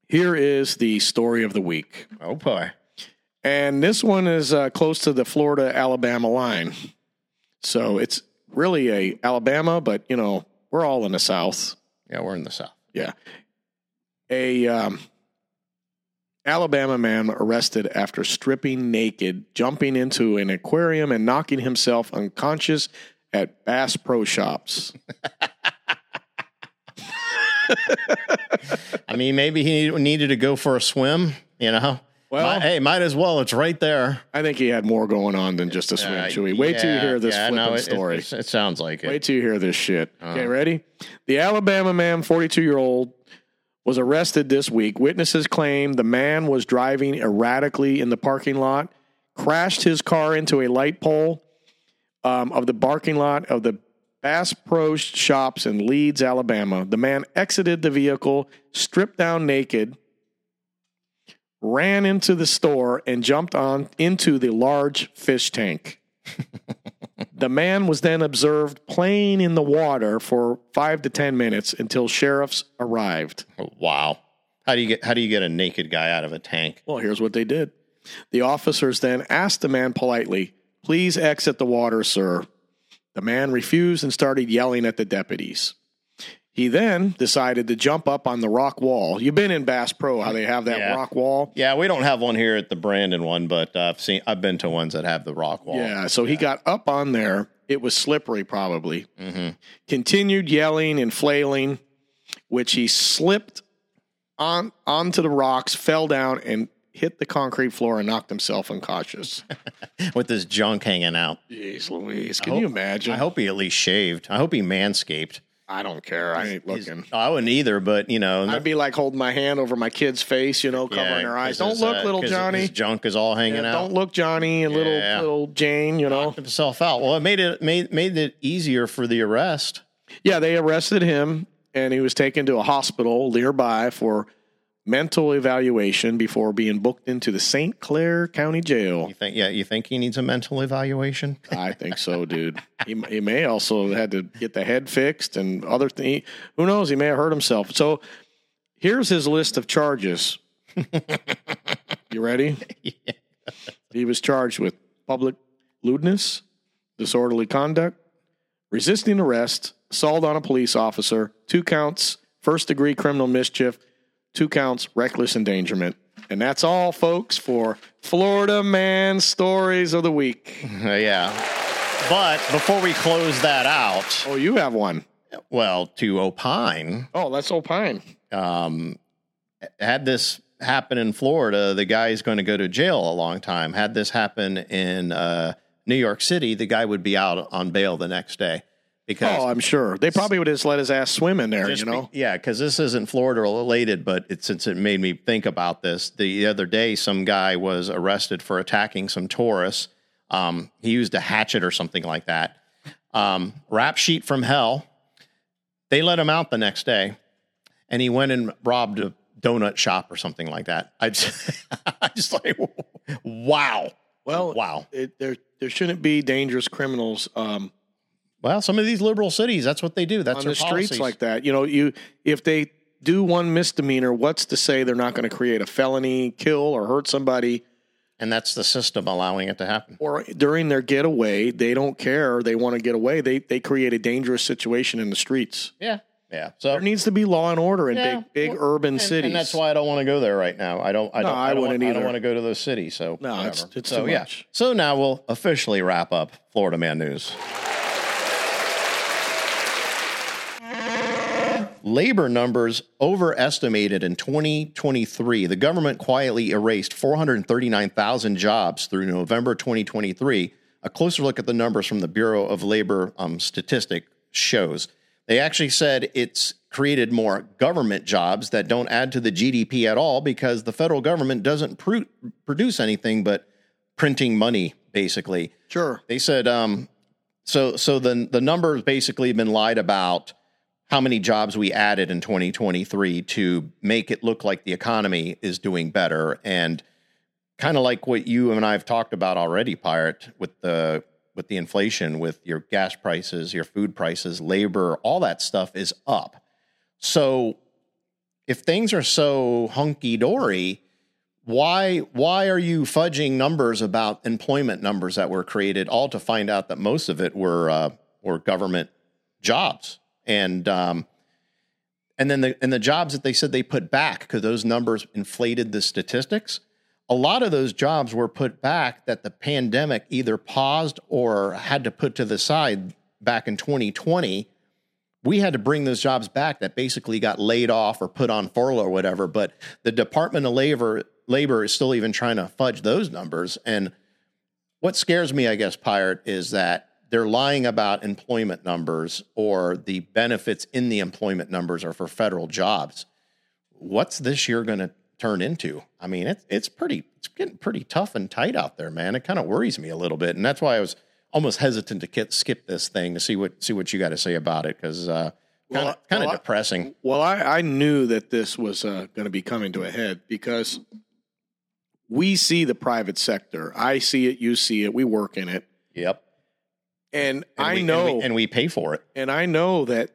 S2: here is the story of the week.
S1: Oh boy.
S2: And this one is uh, close to the Florida Alabama line. So it's really a Alabama, but you know, we're all in the South.
S1: Yeah, we're in the south.
S2: Yeah. A um, Alabama man arrested after stripping naked, jumping into an aquarium, and knocking himself unconscious at Bass Pro Shops.
S1: I mean, maybe he needed to go for a swim. You know.
S2: Well-
S1: Might- hey, might as well. It's right there.
S2: I think he had more going on than just a swim,
S1: Uh,
S2: Chewy. Wait till you
S1: yeah,
S2: hear this
S1: yeah,
S2: flipping
S1: no, it- it-
S2: story.
S1: It, sounds like it.
S2: Wait till you hear this shit. okay, ready? The Alabama man, 42 year old, was arrested this week. Witnesses claim the man was driving erratically in the parking lot, crashed his car into a light pole um, of the parking lot of the Bass Pro Shops in Leeds, Alabama. The man exited the vehicle, stripped down naked, ran into the store, and jumped on into the large fish tank. The man was then observed playing in the water for five to ten minutes until sheriffs arrived.
S1: Wow. How do you get how do you get a naked guy out of a tank?
S2: Well, here's what they did. The officers then asked the man politely, Please exit the water, sir. The man refused and started yelling at the deputies. He then decided to jump up on the rock wall. You've been in Bass Pro, how they have that
S1: Yeah.
S2: rock wall.
S1: Yeah, we don't have one here at the Brandon one, but uh, I've seen I've been to ones that have the rock wall.
S2: Yeah, so he got up on there. It was slippery, probably. Continued yelling and flailing, which he slipped on onto the rocks, fell down, and hit the concrete floor and knocked himself unconscious.
S1: With his junk hanging out.
S2: Jeez, Louise, can
S1: hope-
S2: you imagine?
S1: I hope he at least shaved. I hope he manscaped.
S2: I don't care. I ain't
S1: He's-
S2: looking.
S1: I wouldn't either, but you know,
S2: I'd be like holding my hand over my kid's face, you know,
S1: yeah,
S2: covering their
S1: 'cause
S2: eyes. Don't
S1: his,
S2: look,
S1: uh,
S2: little
S1: 'cause
S2: Johnny.
S1: His junk is all hanging
S2: Yeah,
S1: out.
S2: don't look, Johnny, and little
S1: Yeah.
S2: little Jane. You know,
S1: himself out. Well, it made it made made it easier for the arrest.
S2: Yeah, they arrested him and he was taken to a hospital nearby for mental evaluation before being booked into the St. Clair County Jail.
S1: You think? Yeah, you think he needs a mental evaluation?
S2: I think so, dude. He, he may also have had to get the head fixed and other things. Who knows? He may have hurt himself. So here's his list of charges. you ready? He was charged with public lewdness, disorderly conduct, resisting arrest, assault on a police officer, two counts, first degree criminal mischief, two counts, reckless endangerment. And that's all, folks, for Florida Man Stories of the Week.
S1: Uh, yeah. But before we close that out,
S2: Oh, you have one.
S1: well, to opine,
S2: Oh, that's Opine.
S1: um, had this happen in Florida, the guy is going to go to jail a long time. Had this happen in uh, New York City, the guy would be out on bail the next day because
S2: Oh, I'm sure they probably would just let his ass swim in there.
S1: Just
S2: You know,
S1: be- yeah, because this isn't Florida related, but it, since it made me think about this, the other day some guy was arrested for attacking some tourists. Um, he used a hatchet or something like that. Um, rap sheet from hell. They let him out the next day, and he went and robbed a donut shop or something like that. I just, I just like, wow.
S2: Well,
S1: wow.
S2: it, there there shouldn't be dangerous criminals um,
S1: Well, some of these liberal cities, that's what they do. That's
S2: on
S1: their
S2: the streets
S1: policies.
S2: like that. You know, you if they do one misdemeanor, what's to say they're not going to create a felony, kill or hurt somebody,
S1: and that's the system allowing it to happen.
S2: or during their getaway they don't care, they want to get away. They they create a dangerous situation in the streets.
S1: Yeah, yeah. So
S2: There needs to be law and order in
S1: Yeah,
S2: big big
S1: well,
S2: urban
S1: and,
S2: cities.
S1: and that's why I don't want to go there right now. I don't. I
S2: No,
S1: don't. I,
S2: I
S1: don't
S2: wouldn't
S1: want, I
S2: either.
S1: don't want to go to those cities. So
S2: No,
S1: whatever.
S2: it's- it's
S1: so
S2: too
S1: yeah.
S2: much.
S1: So now we'll officially wrap up Florida Man News. Labor numbers overestimated in 2023. The government quietly erased 439,000 jobs through November 2023. A closer look at the numbers from the Bureau of Labor um, Statistic shows. They actually said it's created more government jobs that don't add to the GDP at all because the federal government doesn't pr- produce anything but printing money, basically.
S2: sure.
S1: They said um, so. So the the numbers basically have been lied about. How many jobs we added in 2023 to make it look like the economy is doing better, and kind of like what you and I have talked about already, pirate, with the with the inflation, with your gas prices, your food prices, labor, all that stuff is up. So if things are so hunky dory, why why are you fudging numbers about employment numbers that were created all to find out that most of it were uh, were government jobs and um, and then the and the jobs that they said they put back because those numbers inflated the statistics a lot of those jobs were put back that the pandemic either paused or had to put to the side back in 2020 we had to bring those jobs back that basically got laid off or put on furlough or whatever. But the Department of Labor labor is still even trying to fudge those numbers. And what scares me, I guess, Pirate, is that they're lying about employment numbers or the benefits in the employment numbers are for federal jobs. What's this year going to turn into? I mean, it's it's pretty it's getting pretty tough and tight out there, man. It kind of worries me a little bit, and that's why I was almost hesitant to ki- skip this thing to see what see what you got to say about it because uh, kind
S2: Well,
S1: of kind of
S2: well, I-
S1: depressing.
S2: Well, I, I knew that this was uh, going to be coming to a head because we see the private sector. I see it. You see it. We work in it,
S1: Yep,
S2: and,
S1: And
S2: I
S1: we- and
S2: know,
S1: we-
S2: and,
S1: and we pay for it.
S2: I know that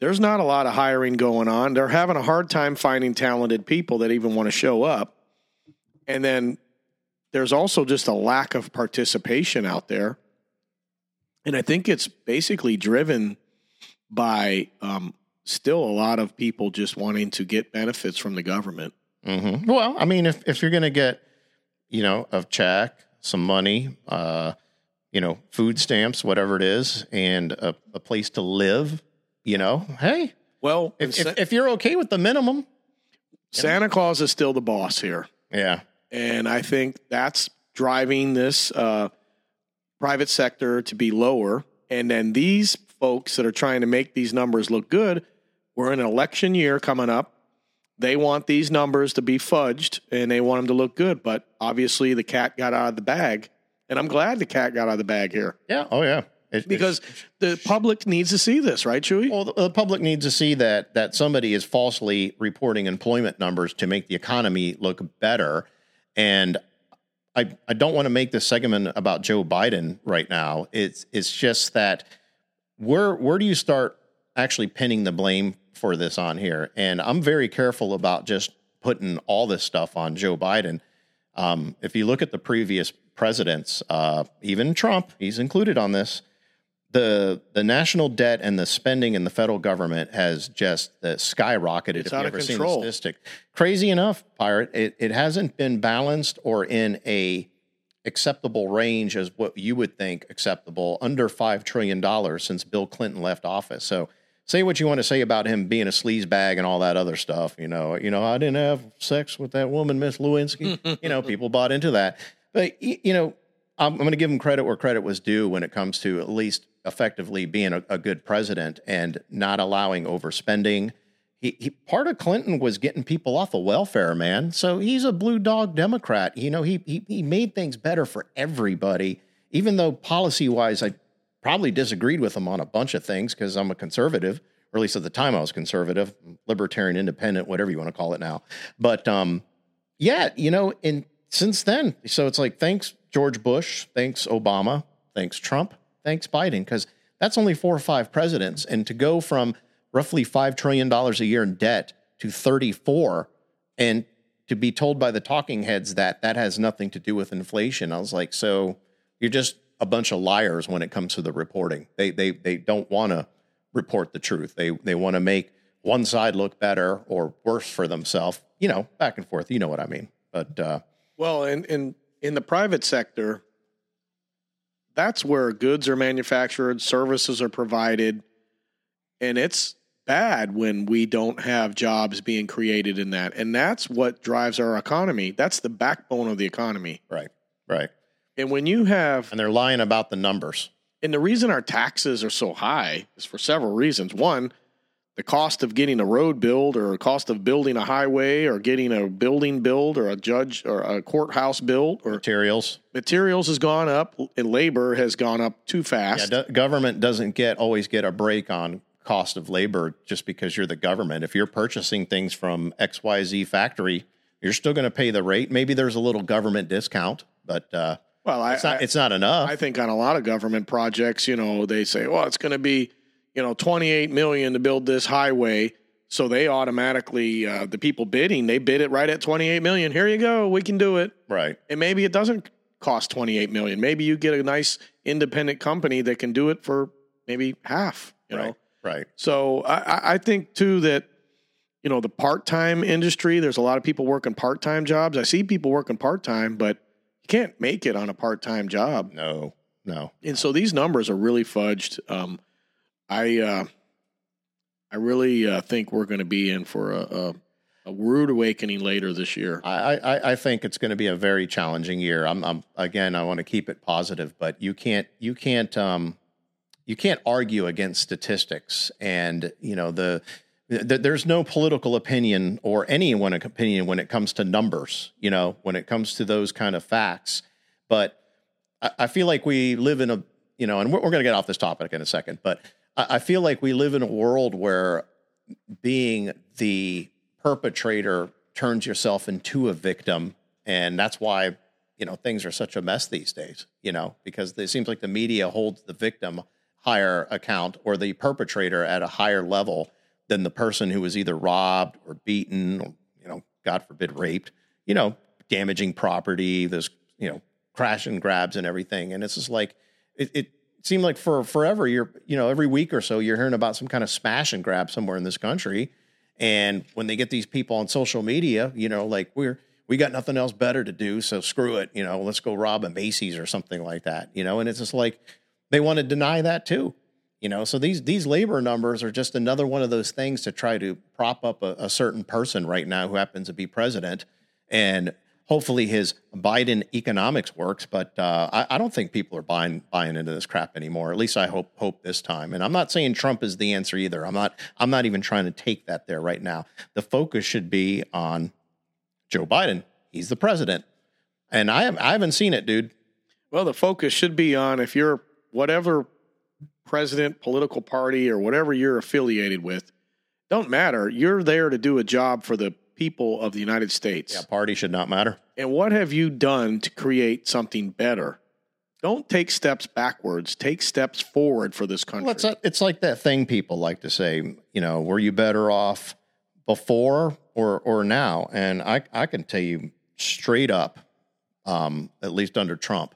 S2: there's not a lot of hiring going on. They're having a hard time finding talented people that even want to show up, and then there's also just a lack of participation out there, and I think it's basically driven by um, still a lot of people just wanting to get benefits from the government.
S1: hmm Well, I mean, if if you're gonna get, you know, a check, some money, uh, you know, food stamps, whatever it is, and a, a place to live, you know, hey,
S2: Well,
S1: if,
S2: Sa-
S1: if, if you're okay with the minimum,
S2: Santa Claus is still the boss here,
S1: yeah,
S2: and I think that's driving this uh, private sector to be lower. And then these folks that are trying to make these numbers look good, we're in an election year coming up. They want these numbers to be fudged and they want them to look good. But obviously, the cat got out of the bag. And I'm glad the cat got out of the bag here.
S1: yeah, oh yeah, It- it's-
S2: because the public needs to see this, right, Chewy?
S1: Well, the, the public needs to see that that somebody is falsely reporting employment numbers to make the economy look better. And I I don't want to make this segment about Joe Biden right now. It's it's just that where where do you start actually pinning the blame for this on here? And I'm very careful about just putting all this stuff on Joe Biden. Um, if you look at the previous presidents, uh, even Trump, he's included on this the the national debt and the spending in the federal government has just uh, skyrocketed.
S2: It's
S1: if
S2: out
S1: you
S2: of
S1: ever seen the
S2: control.
S1: statistic, crazy enough, pirate, it, it hasn't been balanced or in a acceptable range as what you would think acceptable under five trillion dollars since Bill Clinton left office. So say what you want to say about him being a sleaze bag and all that other stuff. You know, you know, I didn't have sex with that woman, Miss Lewinsky. you know, people bought into that, but y- you know, I'm, I'm going to give him credit where credit was due when it comes to at least effectively being a, a good president and not allowing overspending. He, he, part of Clinton was getting people off of welfare, man. So he's a blue dog Democrat. You know, he he, he made things better for everybody, even though policy wise, I probably disagreed with him on a bunch of things because I'm a conservative, or at least at the time I was conservative, libertarian, independent, whatever you want to call it now. But um, yeah, you know, and since then, so it's like thanks George Bush, thanks Obama, thanks Trump, thanks Biden, because that's only four or five presidents, and to go from roughly $5 trillion a year in debt to 34 and to be told by the talking heads that that has nothing to do with inflation i was like so you're just a bunch of liars when it comes to the reporting they they they don't want to report the truth they they want to make one side look better or worse for themselves you know back and forth you know what i mean but uh
S2: Well, in in in the private sector, that's where goods are manufactured, services are provided, and it's bad when we don't have jobs being created in that. And that's what drives our economy. That's the backbone of the economy.
S1: right right
S2: And when you have
S1: and they're lying about the numbers
S2: And the reason our taxes are so high is for several reasons. One, the cost of getting a road built or cost of building a highway or getting a building built or a judge or a courthouse built or
S1: materials
S2: materials has gone up and labor has gone up too
S1: yeah,
S2: fast.
S1: do- government doesn't get always get a break on cost of labor just because you're the government. If you're purchasing things from XYZ factory, you're still going to pay the rate. Maybe there's a little government discount, but uh,
S2: well, I,
S1: it's not
S2: I-
S1: it's not enough.
S2: I think on a lot of government projects, you know, they say, well, it's going to be, you know, 28 million to build this highway. So they automatically, uh, the people bidding, they bid it right at 28 million. Here you go. We can do it.
S1: right.
S2: and maybe it doesn't cost 28 million maybe you get a nice independent company that can do it for maybe half you
S1: right.
S2: know
S1: Right.
S2: so I- I, I think too that you know the part-time industry there's a lot of people working part-time jobs i see people working part-time but you can't make it on a part-time job
S1: No. No.
S2: and so these numbers are really fudged um, i uh, i really uh, think we're going to be in for a, a, a rude awakening later this year
S1: I, I, I think it's going to be a very challenging year. I'm, I'm again, I want to keep it positive, but you can't, you can't, um, you can't argue against statistics. And you know the, th- there's no political opinion or anyone opinion when it comes to numbers. You know, when it comes to those kind of facts, but I, I feel like we live in a you know, and we're, we're going to get off this topic in a second, but I, I feel like we live in a world where being the perpetrator turns yourself into a victim, and that's why you know things are such a mess these days. You know, because it seems like the media holds the victim higher account or the perpetrator at a higher level than the person who was either robbed or beaten or you know, God forbid, raped. You know, damaging property. There's you know crash and grabs and everything. And it's just like it, it seemed like for forever you're you know every week or so you're hearing about some kind of smash and grab somewhere in this country. And when they get these people on social media, you know, like we're we got nothing else better to do, so screw it. You know, let's go rob a Macy's or something like that. You know, and it's just like they want to deny that too. You know, so these these labor numbers are just another one of those things to try to prop up a, a certain person right now who happens to be president and hopefully his Biden economics works. But uh, I, I don't think people are buying buying into this crap anymore. At least I hope hope this time. And I'm not saying Trump is the answer either. I'm not I'm not even trying to take that there right now. The focus should be on Joe Biden. He's the president, and I have, I haven't seen it, dude.
S2: Well, the focus should be on if you're whatever president, political party, or whatever you're affiliated with, don't matter. You're there to do a job for the people of the United States.
S1: Yeah, party should not matter.
S2: And what have you done to create something better? Don't take steps backwards, take steps forward for this country.
S1: Well, it's, it's like that thing people like to say, you know, were you better off before or or now? And I I can tell you straight up, um, at least under Trump,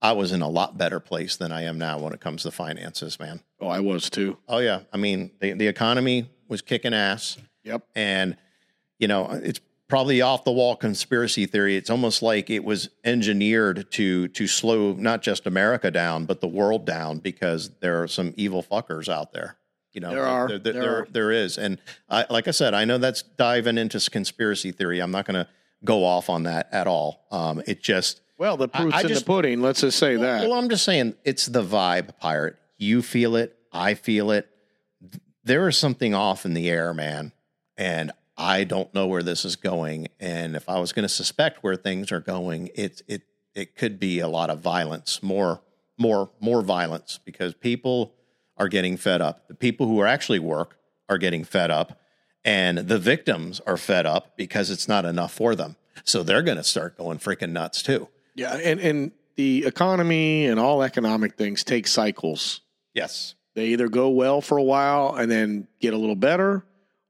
S1: I was in a lot better place than I am now when it comes to finances, man.
S2: oh, I was too.
S1: Oh yeah, I mean the the economy was kicking ass
S2: Yep.
S1: and you know it's probably off the wall conspiracy theory it's almost like it was engineered to to slow not just america down but the world down because there are some evil fuckers out there you know
S2: There are. There
S1: there,
S2: are.
S1: there is and I, like i said i know that's diving into s- conspiracy theory i'm not going to go off on that at all um, it just
S2: Well, the proof's
S1: I
S2: in
S1: just-
S2: the pudding. Let's just say that.
S1: Well, I'm just saying it's the vibe, pirate. You feel it. I feel it. There is something off in the air, man. And I don't know where this is going. And if I was going to suspect where things are going, it it it could be a lot of violence, more more more violence, because people are getting fed up. The people who are actually work are getting fed up, and the victims are fed up because it's not enough for them. So they're going to start going freaking nuts too.
S2: yeah, and and the economy and all economic things take cycles.
S1: Yes.
S2: They either go well for a while and then get a little better,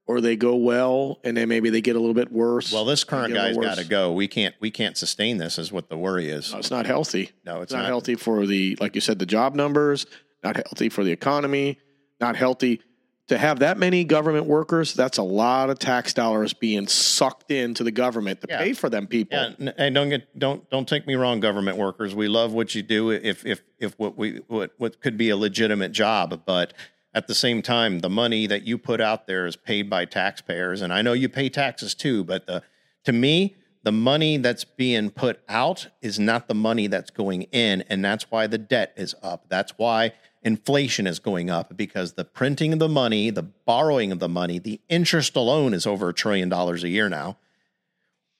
S2: or they go well and then maybe they get a little bit worse.
S1: Well, this current
S2: Get a
S1: guy's
S2: little
S1: got to
S2: worse.
S1: go. We can't we can't sustain this. Is what the worry is.
S2: No, it's not healthy.
S1: No, it's
S2: It's not,
S1: not.
S2: healthy for the, like you said, the job numbers, not healthy for the economy, not healthy. To have that many government workers, that's a lot of tax dollars being sucked into the government to
S1: Yeah.
S2: pay for them people.
S1: Yeah, n- and don't get don't don't take me wrong, government workers. We love what you do. If if if what we what what could be a legitimate job, but at the same time, the money that you put out there is paid by taxpayers, and I know you pay taxes too. But the to me, the money that's being put out is not the money that's going in, and that's why the debt is up. That's why inflation is going up because the printing of the money, the borrowing of the money, the interest alone is over a trillion dollars a year now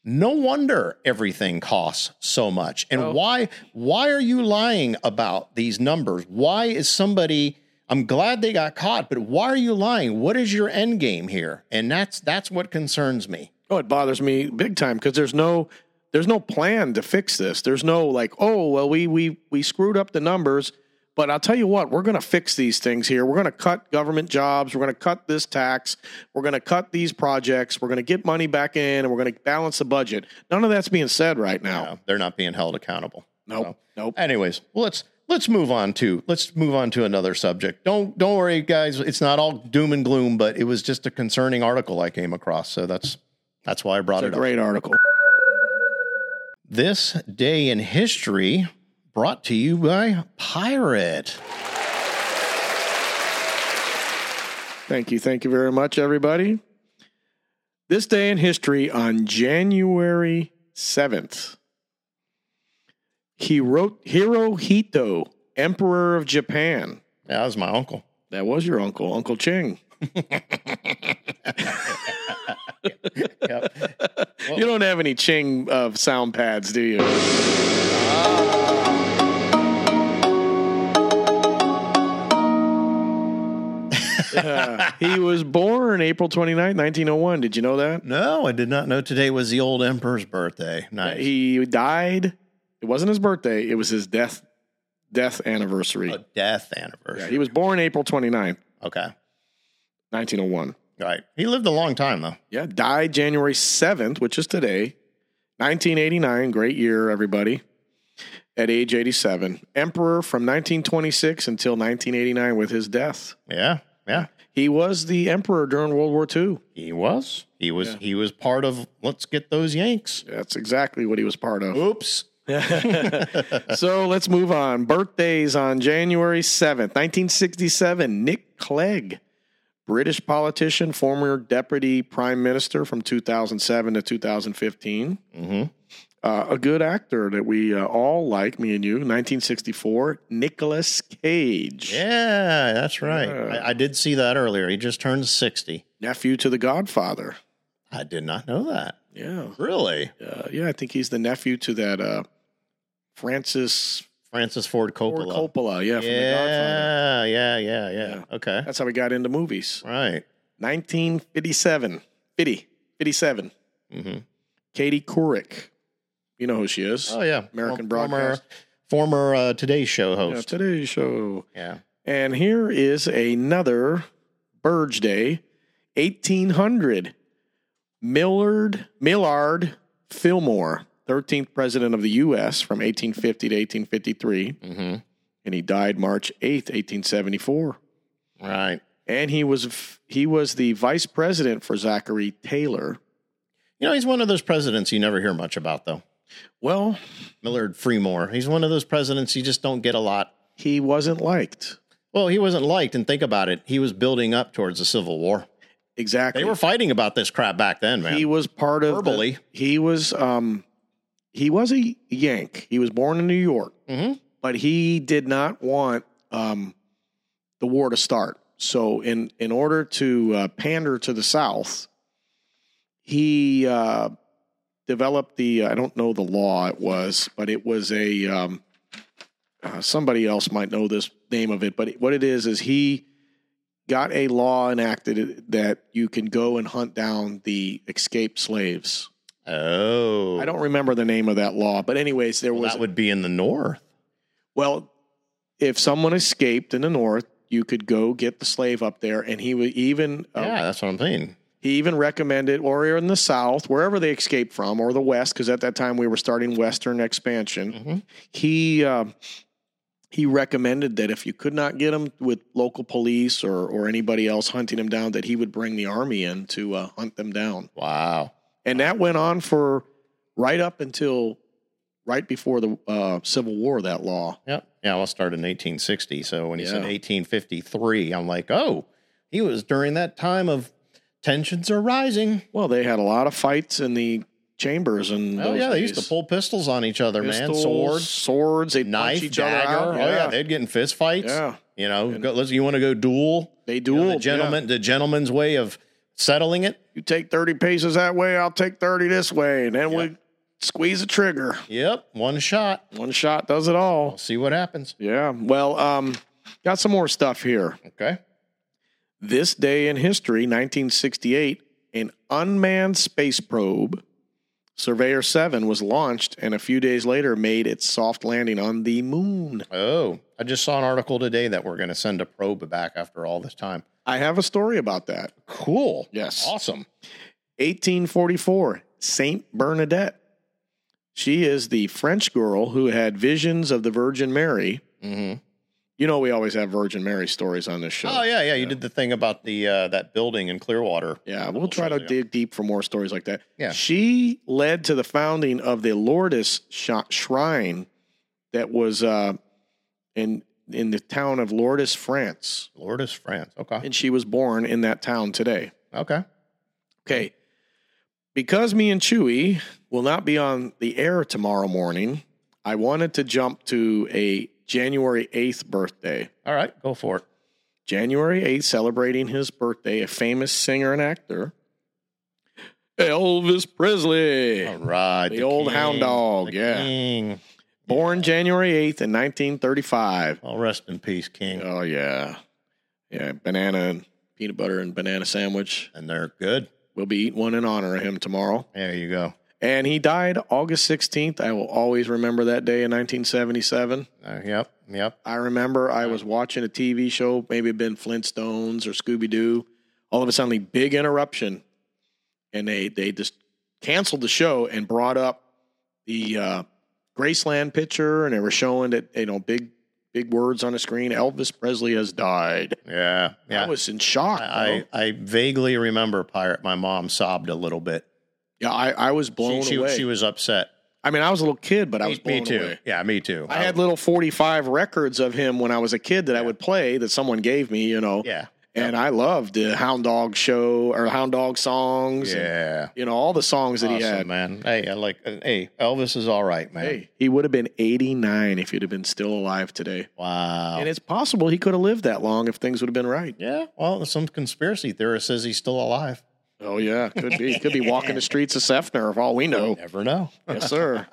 S1: no wonder everything costs so much and why why are you lying about these numbers why is somebody i'm glad they got caught but why are you lying what is your end game here and that's that's what concerns me
S2: Oh, it bothers me big time because there's no there's no plan to fix this. There's no like, oh well, we we we screwed up the numbers, but I'll tell you what, we're going to fix these things here. We're going to cut government jobs. We're going to cut this tax. We're going to cut these projects. We're going to get money back in, and we're going to balance the budget. None of that's being said right now.
S1: No, they're not being held accountable
S2: Nope, nope.
S1: anyways let's let's move on to let's move on to another subject don't don't worry guys it's not all doom and gloom but it was just a concerning article i came across so that's that's why i brought
S2: It's
S1: it
S2: a
S1: up
S2: great article.
S1: This Day in History brought to you by Pirate.
S2: Thank you, thank you very much, everybody. This day in history on January 7th, he wrote Hirohito, Emperor of Japan.
S1: Yeah, that was my uncle.
S2: That was your uncle, Uncle Ching.
S1: Yep.
S2: You don't have any Ching of sound pads, do you? Yeah. Uh, He was born April 29th, 1901. Did you know that?
S1: no, I did not know today was the old emperor's birthday. Nice.
S2: Uh, He died. It wasn't his birthday. It was his death death anniversary.
S1: A death
S2: Yeah,
S1: anniversary.
S2: he was born April 29th,
S1: okay. All
S2: 1901.
S1: Right. He lived a long time though.
S2: Yeah, died January 7th, which is today, 1989. Great year, everybody. At age 87, emperor from 1926 until 1989 with his death.
S1: Yeah. Yeah.
S2: He was the emperor during World War II.
S1: He was. He was he was part of let's get those Yanks.
S2: That's exactly what he was part of.
S1: Oops.
S2: so let's move on. Birthdays on January 7th, 1967. Nick Clegg, British politician, former deputy prime minister from 2007 to 2015.
S1: Mhm.
S2: Uh, a good actor that we uh, all like, me and you, 1964, Nicolas Cage.
S1: Yeah, that's right.
S2: Yeah.
S1: I, I did see that earlier. He just turned 60.
S2: Nephew to the Godfather.
S1: I did not know that.
S2: Yeah.
S1: Really?
S2: Uh, yeah, I think he's the nephew to that uh, Francis
S1: Francis Ford
S2: Ford
S1: Coppola.
S2: Coppola. Yeah, from the Godfather.
S1: yeah, yeah, yeah, yeah,
S2: Yeah.
S1: Okay.
S2: That's how we got into movies.
S1: right.
S2: 1957. 50. 57.
S1: hmm
S2: Katie Couric. You know who she is.
S1: Oh yeah.
S2: American
S1: Former-
S2: broadcast.
S1: Former uh, Today Show
S2: Yeah,
S1: host.
S2: Today Show.
S1: Yeah.
S2: And here is another Burge Day, 1800. Millard, Millard Fillmore, 13th president of the U.S. from 1850 to 1853.
S1: Mm-hmm.
S2: And he died March 8th, 1874.
S1: Right.
S2: And he was he was the vice president for Zachary Taylor.
S1: You know, he's one of those presidents you never hear much about, though.
S2: Well,
S1: Millard Freemore. He's one of those presidents you just don't get a lot.
S2: he wasn't liked.
S1: Well, he wasn't liked, and think about it. He was building up towards the Civil War.
S2: Exactly.
S1: They were fighting about this crap back then, man.
S2: he was part of the-
S1: Verbally.
S2: he was um he was a Yank. He was born in New York,
S1: Mhm.
S2: but he did not want um, the war to start. So, in in order to uh, pander to the South, he uh, developed the uh, I don't know the law it was, but it was a um, uh, somebody else might know this name of it. But what it is is he got a law enacted that you can go and hunt down the escaped slaves.
S1: Oh,
S2: I don't remember the name of that law, but anyways, there
S1: Well,
S2: was
S1: that would be in the north.
S2: well, if someone escaped in the north, you could go get the slave up there, and he would even uh,
S1: yeah, Oh, that's what I'm saying.
S2: he even recommended, or in the south, wherever they escaped from, or the west, because at that time we were starting western expansion.
S1: Mhm.
S2: He um he recommended that if you could not get him with local police or or anybody else hunting him down, that he would bring the army in to uh, hunt them down.
S1: Wow.
S2: and that went on for right up until right before the uh, Civil War. That law,
S1: Yep. Yeah, well, it started in 1860. So when he said
S2: Yeah.
S1: 1853, I'm like, oh, he was during that time of tensions are rising.
S2: well, they had a lot of fights in the chambers and
S1: Oh
S2: those
S1: yeah, they used to
S2: days.
S1: pull pistols on each other, man.
S2: Pistols,
S1: Swords,
S2: swords, they punch
S1: knife,
S2: each other
S1: dagger.
S2: out.
S1: Oh yeah, they'd get in fist fights.
S2: Yeah.
S1: You know, go, listen, you want to go duel?
S2: they
S1: You
S2: duel.
S1: know, the gentleman, the gentleman's way of settling it.
S2: you take thirty paces that way, I'll take thirty this way, and then we squeeze the trigger.
S1: Yep, one shot.
S2: One shot does it all.
S1: See what happens.
S2: Yeah. Well, um, got some more stuff here.
S1: Okay.
S2: This day in history, 1968, an unmanned space probe, Surveyor 7, was launched and a few days later made its soft landing on the moon.
S1: Oh, I just saw an article today that we're going to send a probe back after all this time.
S2: I have a story about that.
S1: Cool.
S2: Yes.
S1: Awesome.
S2: 1844, Saint Bernadette. She is the French girl who had visions of the Virgin Mary.
S1: hmm
S2: Mm-hmm. You know, we always have Virgin Mary stories on this show.
S1: Oh yeah, yeah. You did the thing about the uh, that building in Clearwater.
S2: Yeah, we'll try to
S1: shows,
S2: dig deep for more stories like that.
S1: Yeah.
S2: She led to the founding of the Lourdes sh- Shrine that was uh, in in the town of Lourdes, France.
S1: Lourdes, France. Okay.
S2: And she was born in that town today.
S1: Okay.
S2: Okay. Because me and Chewy will not be on the air tomorrow morning, I wanted to jump to a January 8th birthday.
S1: All right. Go for it.
S2: January 8th, celebrating his birthday, a famous singer and actor, Elvis Presley.
S1: All right.
S2: The old hound dog,
S1: the
S2: yeah.
S1: King.
S2: Born January 8th in 1935.
S1: Well, rest in peace, King.
S2: Oh, yeah. Yeah, banana and peanut butter and banana sandwich.
S1: And they're good.
S2: We'll be eating one in honor of him tomorrow.
S1: There you go.
S2: And he died August 16th. I will always remember that day in 1977.
S1: Uh, yep. Yep.
S2: I remember I was watching a TV show, maybe it'd been Flintstones or Scooby Doo. All of a sudden, big interruption, and they they just canceled the show and brought up the uh, Graceland picture, and they were showing that you know big big words on the screen: Elvis Presley has died.
S1: Yeah. Yeah.
S2: I was in shock.
S1: I,
S2: bro.
S1: I vaguely remember Pirate. My mom sobbed a little bit.
S2: yeah, I, I was
S1: She,
S2: blown
S1: she,
S2: away.
S1: she was upset.
S2: I mean, I was a little kid, but I
S1: Me-
S2: was blown
S1: me too.
S2: away.
S1: Yeah, me too.
S2: I had little forty five records of him when I was a kid that I would play that someone gave me. You know,
S1: yeah.
S2: And I loved the Hound Dog show or Hound Dog songs. and,
S1: Yeah.
S2: you know, all the songs that he
S1: Awesome,
S2: had.
S1: man. Hey, I like uh, hey, Elvis is all right, man.
S2: Hey, he would have been 89 if he'd have been still alive today.
S1: Wow.
S2: And it's possible he could have lived that long if things would have been right.
S1: yeah. Well, some conspiracy theorist says he's still alive.
S2: Oh, yeah. Could be. He could be walking the streets of Sefner, for all we know.
S1: Never know.
S2: Yes, sir.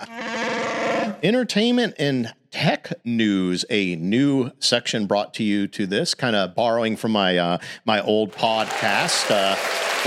S1: Entertainment and tech news, a new section brought to you to this kind of borrowing from my uh, my old podcast. Uh,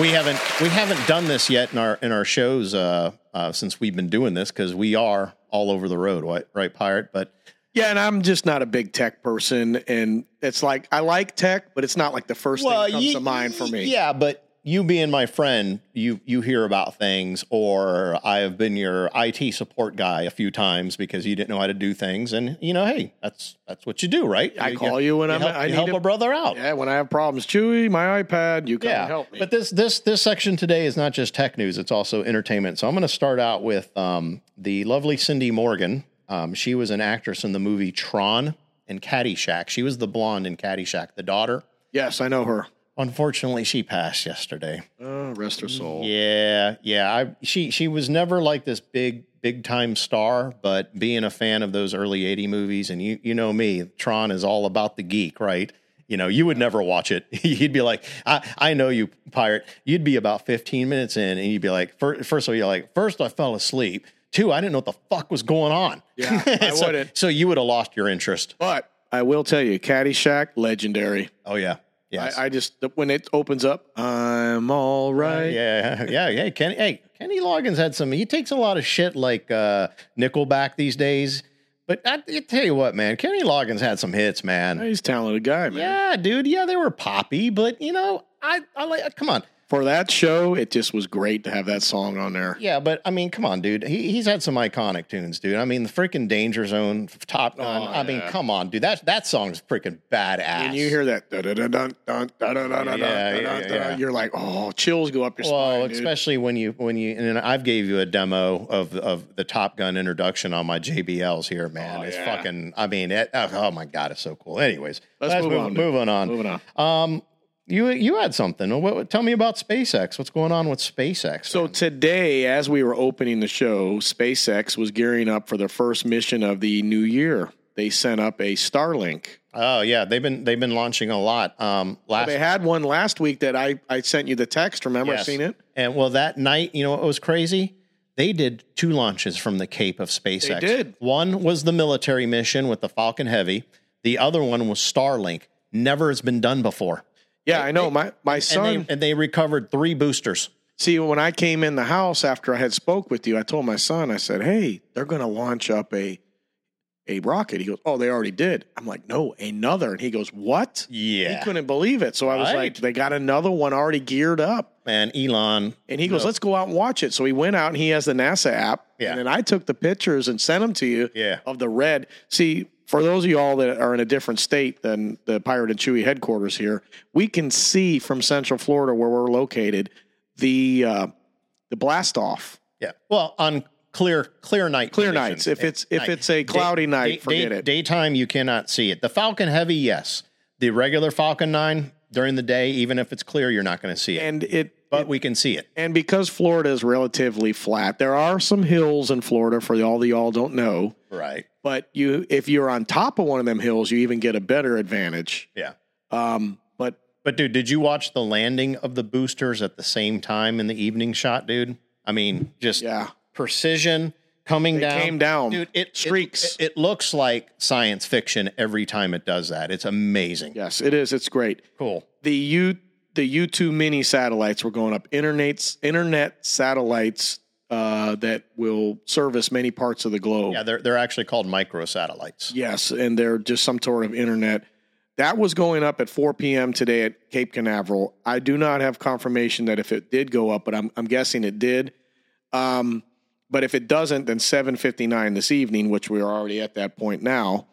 S1: we haven't we haven't done this yet in our in our shows uh, uh, since we've been doing this because we are all over the road, right, right, pirate? But
S2: Yeah, and I'm just not a big tech person. And it's like, I like tech, but it's not like the first thing that comes
S1: ye-
S2: to mind for me.
S1: Yeah, but you being my friend, you you hear about things, or I have been your IT support guy a few times because you didn't know how to do things, and you know, hey, that's that's what you do, right?
S2: I call you when I'm-
S1: help,
S2: I
S1: you
S2: need
S1: help
S2: to-
S1: a brother out.
S2: Yeah, when I have problems, Chewy, my iPad, you can
S1: Yeah,
S2: help me.
S1: but this this this section today is not just tech news; it's also entertainment. So I'm going to start out with um, the lovely Cindy Morgan. Um, she was an actress in the movie Tron and Caddyshack. She was the blonde in Caddyshack, the daughter.
S2: yes, I know her.
S1: Unfortunately, she passed yesterday.
S2: Uh, rest her soul.
S1: Yeah, yeah. I she she was never like this big big time star, but being a fan of those early 80 movies and you you know me, Tron is all about the geek, right? You know, you would never watch it. you'd be like, I, I know you pirate. You'd be about 15 minutes in and you'd be like, first, first of all, you're like, first I fell asleep. Two, I didn't know what the fuck was going on.
S2: Yeah, I
S1: so,
S2: wouldn't.
S1: So you would have lost your interest.
S2: But I will tell you, Caddyshack, legendary.
S1: Oh yeah. Yes. Uh,
S2: I, I just when it opens up, I'm all right.
S1: Yeah, yeah, yeah. Kenny, hey, Kenny Loggins had some. He takes a lot of shit like uh, Nickelback these days, but I, I tell you what, man, Kenny Loggins had some hits, man.
S2: He's a talented guy, man.
S1: Yeah, dude. Yeah, they were poppy, but you know, I, I like. Come on,
S2: For that show, it just was great to have that song on there.
S1: yeah, but I mean, come on, dude. He, he's had some iconic tunes, dude. I mean, the freaking Danger Zone, Top Gun. I mean,
S2: Oh, yeah.
S1: come on, dude. That that song's freaking badass.
S2: And you hear that da da da da da da da da da
S1: Yeah, yeah,
S2: da da.
S1: yeah.
S2: You're like, oh, chills go up your
S1: Well,
S2: spine. dude.
S1: especially when you when you and then I've gave you a demo of of the Top Gun introduction on my JBLs here, man.
S2: Oh,
S1: it's
S2: yeah.
S1: fucking. I mean, it, oh, oh my god, it's so cool. Anyways,
S2: Let's move on, dude.
S1: Moving on.
S2: Moving on.
S1: Um, you you had something. What, what- tell me about SpaceX. What's going on with SpaceX?
S2: So today, as we were opening the show, SpaceX was gearing up for their first mission of the new year. They sent up a Starlink.
S1: oh yeah, they've been they've been launching a lot. Um, last
S2: They had one last week that I, I sent you the text. Remember,
S1: Yes.
S2: seen it?
S1: and well that night, you know what was crazy? They did two launches from the Cape of SpaceX.
S2: did.
S1: One was the military mission with the Falcon Heavy. The other one was Starlink. Never has been done before.
S2: Yeah, I know. My my son.
S1: And they, and they recovered three boosters.
S2: See, when I came in the house after I had spoke with you, I told my son, I said, "Hey, they're going to launch up a a rocket." He goes, "Oh, they already did." I'm like, "No, another." And he goes, "What?" He
S1: Yeah.
S2: couldn't believe it. So I was
S1: Right.
S2: like, "They got another one already geared up."
S1: Man, Elon.
S2: And he goes, "Let's go out and watch it." So he went out and he has the NASA app.
S1: Yeah.
S2: And then I took the pictures and sent them to you.
S1: Yeah.
S2: Of the red. See, for those of you all that are in a different state than the Pirate and Chewy headquarters here, we can see from Central Florida where we're located the uh, the blast off.
S1: Yeah. Well, on clear clear night.
S2: Clear
S1: conditions.
S2: nights. If it's if
S1: Night.
S2: it's a cloudy
S1: Day-
S2: night,
S1: day-
S2: forget
S1: day-
S2: it.
S1: Daytime, you cannot see it. The Falcon Heavy, yes. The regular Falcon 9, during the day, even if it's clear, you're not going to see it.
S2: and it
S1: but we can see it.
S2: And because Florida is relatively flat, there are some hills in Florida for all the y'all don't know.
S1: Right.
S2: But you, if you're on top of one of them hills, you even get a better advantage.
S1: Yeah.
S2: Um, but
S1: But dude, did you watch the landing of the boosters at the same time in the evening shot, dude? I mean, just
S2: yeah,
S1: precision coming
S2: They
S1: down.
S2: came down.
S1: Dude, it
S2: Streaks.
S1: It, it looks like science fiction every time it does that. It's amazing.
S2: yes, it is. It's great.
S1: Cool.
S2: The U the U two mini satellites were going up. Internet internet satellites uh, that will service many parts of the globe.
S1: Yeah, they're they're actually called microsatellites.
S2: Yes, and they're just some sort of internet. That was going up at 4 p.m. today at Cape Canaveral. I do not have confirmation that if it did go up, but I'm, I'm guessing it did. Um, but if it doesn't, then 7:59 this evening, which we are already at that point now.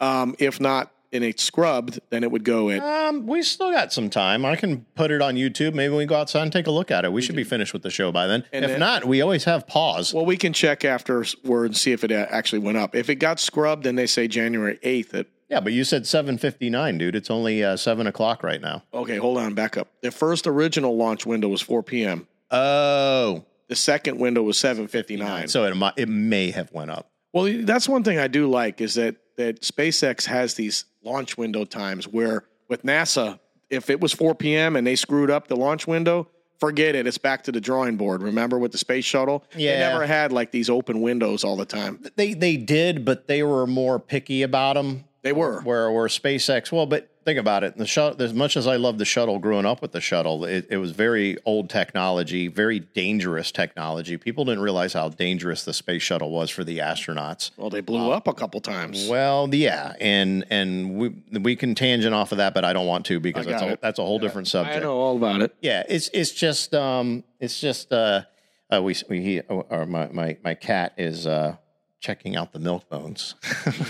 S2: Um, if not, and it's scrubbed, then it would go at.
S1: Um, we still got some time. I can put it on YouTube. Maybe we go outside and take a look at it. We should be finished with the show by then.
S2: And
S1: if
S2: then-
S1: not, we always have pause.
S2: Well, we can check afterward and see if it a- actually went up. If it got scrubbed, then they say January 8th. At,
S1: yeah, but you said seven fifty nine, dude. It's only uh, seven o'clock right now.
S2: okay, hold on, back up. The first original launch window was 4 p.m.
S1: Oh,
S2: The second window was 7:59.
S1: so it mi- it may have went up.
S2: Well, that's one thing I do like is that that SpaceX has these launch window times where with NASA, if it was 4 p.m. and they screwed up the launch window, forget it. It's back to the drawing board. Remember with the space shuttle? They
S1: Yeah.
S2: never had like these open windows all the time.
S1: They they did, but they were more picky about them.
S2: They were.
S1: Where where SpaceX? Well, but think about it. The shuttle. As much as I love the shuttle, growing up with the shuttle, it, it was very old technology, very dangerous technology. People didn't realize how dangerous the space shuttle was for the astronauts.
S2: Well, they blew up a couple times.
S1: Well, yeah, and and we we can tangent off of that, but I don't want to because
S2: I
S1: that's
S2: got
S1: a,
S2: it.
S1: that's a whole different subject.
S2: I know all about it.
S1: Yeah, it's it's just um it's just uh, uh we we he or my my my cat is uh checking out the milk bones.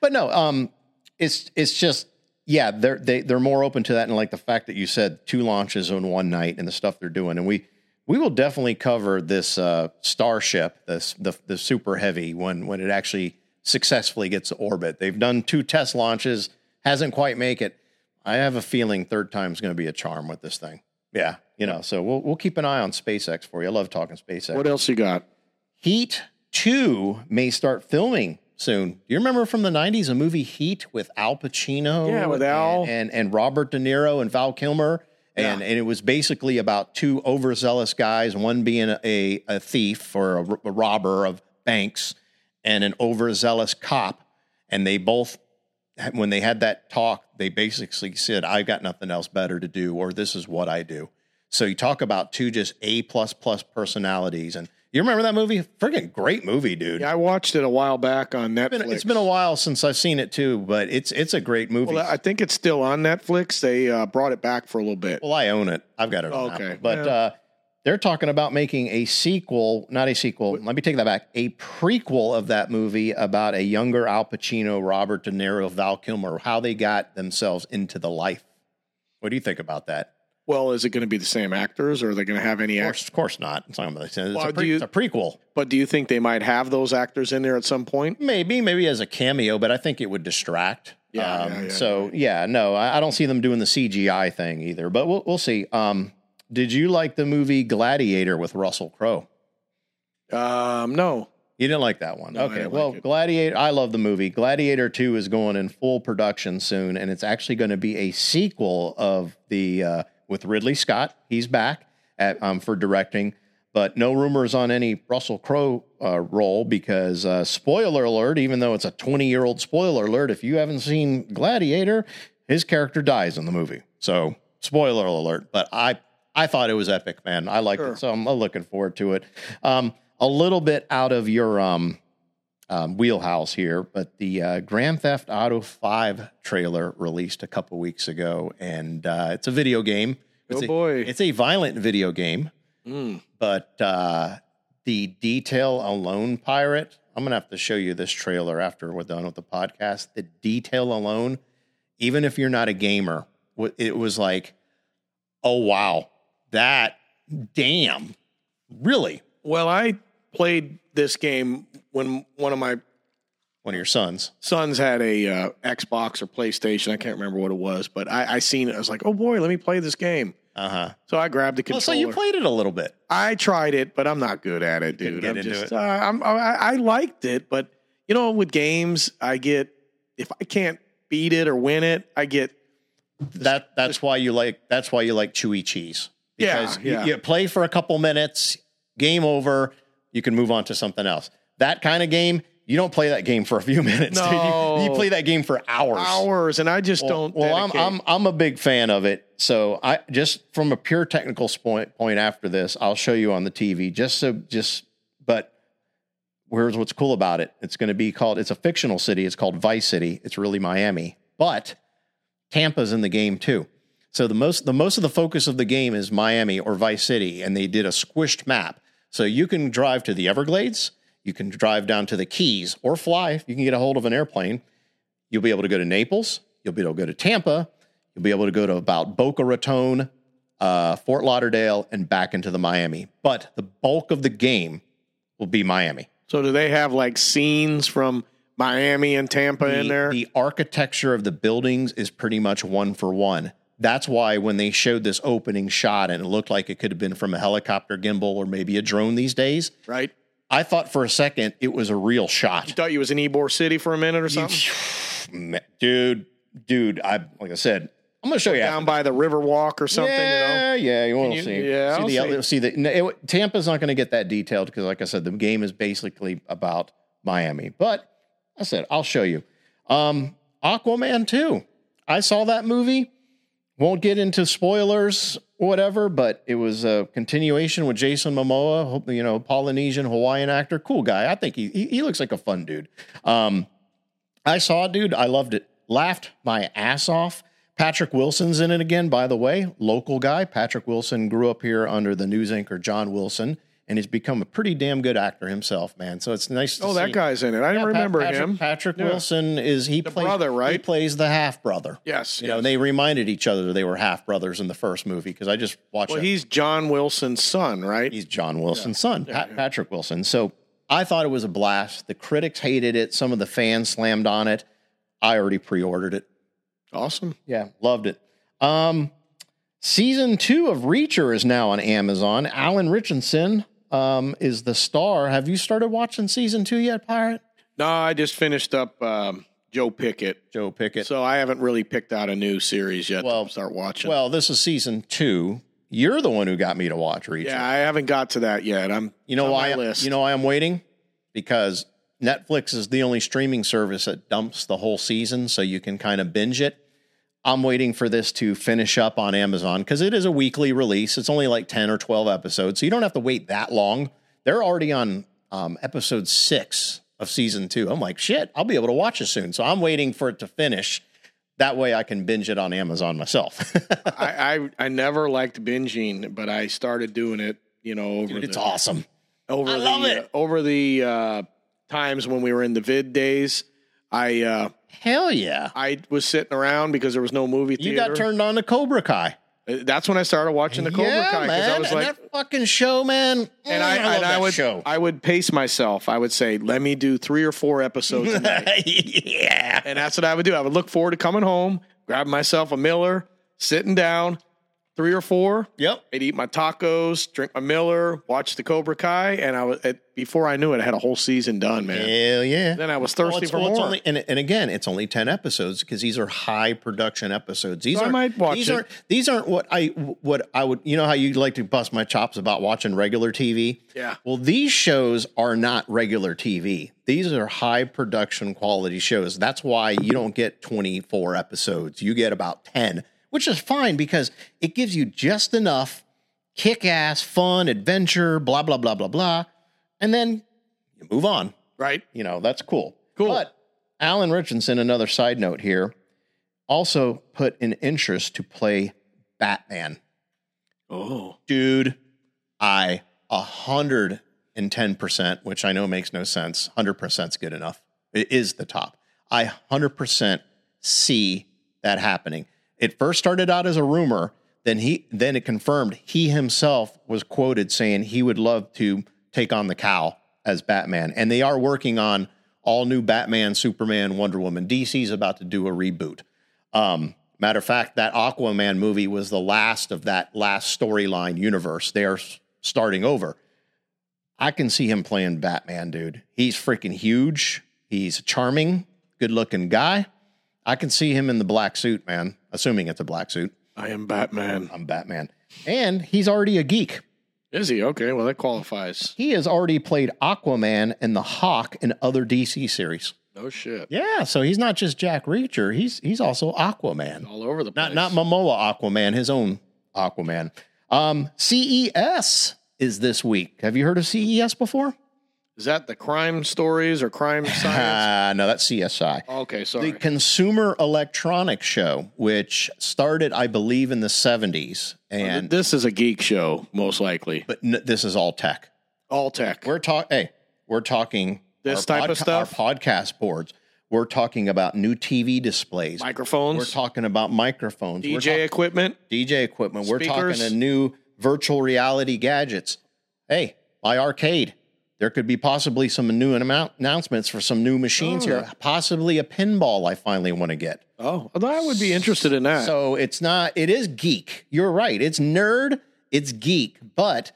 S1: but no, um it's it's just yeah, they're they, they're more open to that and like the fact that you said two launches on one night and the stuff they're doing and we we will definitely cover this uh starship this the the super heavy when when it actually successfully gets to orbit. They've done two test launches, hasn't quite make it I have a feeling third time's going to be a charm with this thing. Yeah, you know. So we'll we'll keep an eye on SpaceX for you. I love talking SpaceX.
S2: What else you got?
S1: Heat two may start filming soon. Do you remember from the '90s a movie Heat with Al Pacino?
S2: Yeah, with Al.
S1: and and, and Robert De Niro and Val Kilmer. And, and it was basically about two overzealous guys, one being a, a thief or a, r- a robber of banks and an overzealous cop. And they both, when they had that talk, they basically said, I've got nothing else better to do, or this is what I do. So you talk about two just A plus plus personalities. And you remember that movie? Freaking great movie, dude.
S2: Yeah, I watched it a while back on Netflix.
S1: It's been, it's been a while since I've seen it too, but it's it's a great movie.
S2: Well, I think it's still on Netflix. They uh, brought it back for a little bit.
S1: Well, I own it. I've got it. On
S2: Okay.
S1: Apple. But
S2: Yeah.
S1: uh, they're talking about making a sequel, not a sequel. Let me take that back. A prequel of that movie about a younger Al Pacino, Robert De Niro, Val Kilmer, how they got themselves into the life. What do you think about that?
S2: Well, is it going to be the same actors, or are they going to have any
S1: Of
S2: actors?
S1: course, of course not. It's, not it's,
S2: Well,
S1: a
S2: do
S1: pre-
S2: you-
S1: it's a prequel.
S2: But do you think they might have those actors in there at some point?
S1: Maybe, maybe as a cameo, but I think it would distract.
S2: Yeah,
S1: Um,
S2: yeah, yeah,
S1: so yeah, no, I, I don't see them doing the CGI thing either. But we'll we'll see. Um, did you like the movie Gladiator with Russell Crowe?
S2: Um, no.
S1: You didn't like that one.
S2: No, I
S1: okay.
S2: didn't
S1: Well,
S2: like it.
S1: Gladiator, I love the movie. Gladiator 2 is going in full production soon, and it's actually going to be a sequel of the, uh, with Ridley Scott. He's back at, um, for directing, but no rumors on any Russell Crowe uh, role because, uh, spoiler alert, even though it's a 20 year old spoiler alert, if you haven't seen Gladiator, his character dies in the movie. So, spoiler alert, but I, I thought it was epic, man. I liked
S2: Sure.
S1: it. So I'm uh, looking forward to it. Um, a little bit out of your um, um, wheelhouse here, but the uh, Grand Theft Auto 5 trailer released a couple weeks ago, and uh, it's a video game.
S2: Oh,
S1: It's a-
S2: boy.
S1: It's a violent video game,
S2: Mm.
S1: but uh, the detail alone, pirate. I'm gonna have to show you this trailer after we're done with the podcast. The detail alone, even if you're not a gamer, wa- it was like, oh wow, that damn, really.
S2: Well, I played this game when one of my
S1: One of your sons.
S2: sons had a uh, Xbox or PlayStation. I can't remember what it was, but I, I seen it. I was like, oh boy, let me play this game.
S1: Uh huh.
S2: So I grabbed the
S1: Well,
S2: controller.
S1: Oh, so you played it a little bit.
S2: I tried it, but I'm not good at it, dude.
S1: get
S2: I'm
S1: into
S2: just,
S1: it.
S2: Uh, I'm, I, I liked it, but you know, with games, I get if I can't beat it or win it, I get
S1: that that's why you like that's why you like chewy cheese
S2: Yeah,
S1: because you-
S2: yeah.
S1: You, play for a couple minutes game over you can move on to something else that kind of game you don't play that game for a few minutes dude. You- You,
S2: No.
S1: play that game for hours
S2: hours, and I just
S1: well,
S2: don't.
S1: well, I'm I'm
S2: dedicate.
S1: I'm a big fan of it. So I just from a pure technical s- point point after this, I'll show you on the TV. Just so just but here's what's cool about it. It's going to be called. It's a fictional city. It's called Vice City. It's really Miami, but Tampa's in the game too. So the most the most of the focus of the game is Miami or Vice City, and they did a squished map. So you can drive to the Everglades, you can drive down to the Keys, or fly if you can get a hold of an airplane. You'll be able to go to Naples. You'll be able to go to Tampa. You'll be able to go to about Boca Raton, uh, Fort Lauderdale, and back into the Miami. But the bulk of the game will be Miami.
S2: So do they have like scenes from Miami and Tampa in
S1: the,
S2: there?
S1: the architecture of the buildings is pretty much one for one. That's why when they showed this opening shot and it looked like it could have been from a helicopter gimbal or maybe a drone these days,
S2: right?
S1: I thought for a second it was a real shot.
S2: Thought you was in Ybor City for a minute or something.
S1: Ma- Dude, dude, I like I said, I'm gonna show you after
S2: Down by the River Walk or something, you know.
S1: Yeah, yeah, you want
S2: you-
S1: to see.
S2: yeah,
S1: see
S2: I'll
S1: the
S2: see.
S1: see the no, it- Tampa's not going to get that detailed because, like I said, the game is basically about Miami. But I said I'll show you. Um, Aquaman two. I saw that movie. Won't get into spoilers, whatever, but it was a continuation with Jason Momoa, hope- you know, Polynesian Hawaiian actor, cool guy. I think he he, he looks like a fun dude. Um, I saw it, dude. I loved it. Laughed my ass off. Patrick Wilson's in it again, by the way. Local guy. Patrick Wilson grew up here under the news anchor John Wilson and has become a pretty damn good actor himself, man. So it's nice to
S2: Oh,
S1: see.
S2: that guy's in it. I
S1: Yeah,
S2: didn't
S1: Pat-
S2: remember
S1: Patrick,
S2: him.
S1: Patrick
S2: Yeah.
S1: Wilson is he plays
S2: brother,
S1: He
S2: right?
S1: plays the half brother.
S2: Yes,
S1: You know,
S2: yes.
S1: they reminded each other they were half brothers in the first movie because I just watched
S2: Well,
S1: that
S2: he's John Wilson's son, right?
S1: he's John Wilson's son, Pat, Patrick Wilson. So I thought it was a blast. The critics hated it. Some of the fans slammed on it. I already pre-ordered it.
S2: Awesome.
S1: Yeah, loved it. Um, season two of Reacher is now on Amazon. Alan Richardson um, is the star. Have you started watching season two yet, Pirate?
S2: No, I just finished up um, Joe Pickett,
S1: Joe Pickett.
S2: so I haven't really picked out a new series yet
S1: Well-
S2: to start watching.
S1: well, this is season two. You're the one who got me to watch Reacher.
S2: yeah, I haven't got to that yet. I'm
S1: You know
S2: on
S1: why?
S2: my list.
S1: You know why I'm waiting? Because Netflix is the only streaming service that dumps the whole season, so you can kind of binge it. I'm waiting for this to finish up on Amazon because it is a weekly release. It's only like ten or twelve episodes, so you don't have to wait that long. They're already on um, episode six of season two. I'm like, shit, I'll be able to watch it soon. So I'm waiting for it to finish. That way, I can binge it on Amazon myself.
S2: I, I I never liked binging, but I started doing it. You know, over
S1: Dude, it's
S2: the,
S1: awesome.
S2: over
S1: I
S2: the
S1: love it.
S2: uh, over the uh, times when we were in the vid days. I uh,
S1: Hell yeah!
S2: I was sitting around because there was no movie theater. Uh,
S1: You got turned on to Cobra Kai.
S2: That's when I started watching the Cobra
S1: yeah,
S2: Kai because
S1: man.
S2: I was
S1: and
S2: like,
S1: that fucking show, man.
S2: and
S1: Mm,
S2: I,
S1: love
S2: and I
S1: that
S2: would
S1: show.
S2: I would pace myself. I would say, let me do three or four episodes, a night."
S1: yeah.
S2: and that's what I would do. I would look forward to coming home, grabbing myself a Miller, sitting down, three or four.
S1: Yep.
S2: I'd eat my tacos, drink my Miller, watch the Cobra Kai, and I was it, before I knew it, I had a whole season done, man.
S1: Hell yeah.
S2: Then I was
S1: Well,
S2: thirsty
S1: it's,
S2: for
S1: well, it's
S2: more.
S1: only and, and again, it's only ten episodes because these are high production episodes. These
S2: So I
S1: are
S2: might watch
S1: these
S2: it.
S1: aren't these aren't what I what I would you know how you like to bust my chops about watching regular TV.
S2: Yeah.
S1: Well, these shows are not regular TV. These are high production quality shows. That's why you don't get 24 episodes. You get about 10, which is fine because it gives you just enough kick ass, fun, adventure, blah, blah, blah, blah, blah. And then you move on.
S2: right?
S1: You know, that's cool.
S2: Cool.
S1: But Alan Richardson, another side note here, also put an interest to play Batman
S2: Oh,
S1: dude, I a hundred and ten percent, which I know makes no sense. Hundred percent's good enough. It is the top. I hundred percent see that happening. It first started out as a rumor, then he then it confirmed he himself was quoted saying he would love to take on the cow as Batman. And they are working on all new Batman, Superman, Wonder Woman. DC's about to do a reboot. Um, matter of fact, that Aquaman movie was the last of that last storyline universe. They are s- starting over. I can see him playing Batman, dude. He's freaking huge. He's a charming, good looking guy. I can see him in the black suit, man, assuming it's a black suit.
S2: I am Batman.
S1: I'm Batman. And he's already a geek.
S2: Is he okay? Well, that qualifies.
S1: He has already played Aquaman and the Hawk in other DC series.
S2: No shit.
S1: Yeah, so he's not just Jack Reacher, he's he's also Aquaman.
S2: All over the
S1: Not
S2: place.
S1: not Momoa Aquaman, his own Aquaman. Um, CES is this week. Have you heard of CES before?
S2: Is that the crime stories or crime science?
S1: Ah, no, that's CSI.
S2: okay, sorry.
S1: The Consumer Electronics Show, which started, I believe, in the seventies, and
S2: Oh, this is a geek show, most likely.
S1: but n- this is all tech.
S2: All tech.
S1: We're talking. Hey, we're talking
S2: This
S1: our
S2: type of stuff?
S1: Our podcast boards. We're talking about new TV displays. We're
S2: Microphones,
S1: talking about microphones. We're
S2: DJ equipment.
S1: DJ equipment. We're
S2: Speakers.
S1: talking a new virtual reality gadgets. Hey, my arcade. There could be possibly some new amount, announcements for some new machines here.
S2: Mm.
S1: Possibly a pinball. I finally want to get.
S2: Oh, I would be interested in that.
S1: So it's not. It is geek. You're right. It's nerd. It's geek. But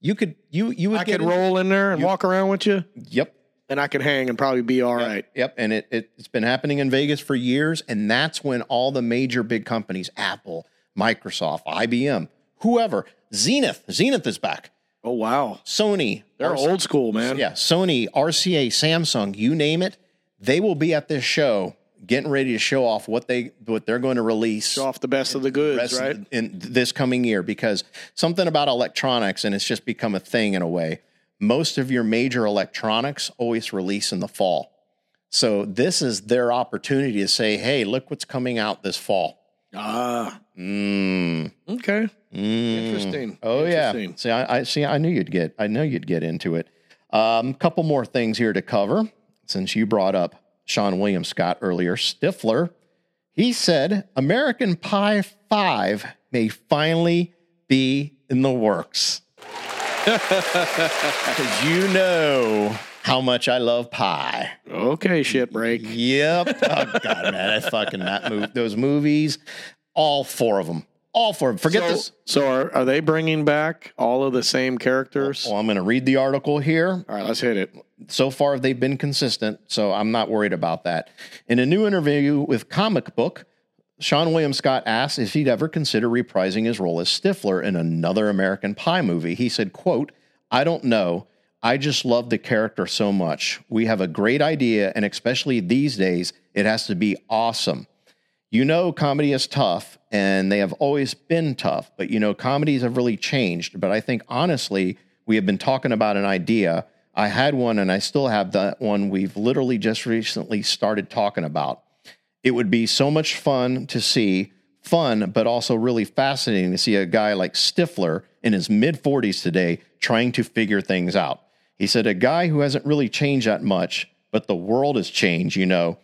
S1: you could you you would
S2: I
S1: get
S2: could roll in there and walk around with you,
S1: Yep.
S2: and I could hang and probably be all right.
S1: Yep. And it, it, it's been happening in Vegas for years. And that's when all the major big companies, Apple, Microsoft, IBM, whoever, Zenith, Zenith is back.
S2: Oh wow,
S1: Sony,
S2: they're
S1: RC
S2: old school, man.
S1: yeah, Sony, RCA, Samsung, you name it, they will be at this show getting ready to show off what they what they're going to release
S2: off the best of the goods,
S1: rest
S2: right?
S1: of- in this coming year because something about electronics and it's just become a thing in a way. Most of your major electronics always release in the fall. So this is their opportunity to say, "Hey, look what's coming out this fall."
S2: Ah,
S1: Mm.
S2: okay,
S1: Mm.
S2: interesting.
S1: Oh yeah.
S2: Interesting.
S1: See, I, I see. I knew you'd get. I know you'd get into it. Um, couple more things here to cover since you brought up Sean William Scott earlier. Stifler, he said American Pie Five may finally be in the works. Because you know how much I love pie.
S2: Okay, shit break.
S1: Yep. Oh god, man, I fucking that move those movies, all four of them, all four. Of 'em. Forget
S2: so,
S1: this.
S2: So are, are they bringing back all of the same characters?
S1: Well, I'm going to read the article here.
S2: All right, let's hit it.
S1: so far they've been consistent, so I'm not worried about that. In a new interview with Comic Book, Sean William Scott asked if he'd ever consider reprising his role as Stifler in another American Pie movie. He said, quote, I don't know. I just love the character so much. We have a great idea, and especially these days, it has to be awesome. You know, comedy is tough, and they have always been tough, but you know, comedies have really changed. But I think honestly, we have been talking about an idea. I had one, and I still have that one we've literally just recently started talking about. It would be so much fun to see, fun, but also really fascinating to see a guy like Stifler in his mid 40s today trying to figure things out. He said, A guy who hasn't really changed that much, but the world has changed, you know.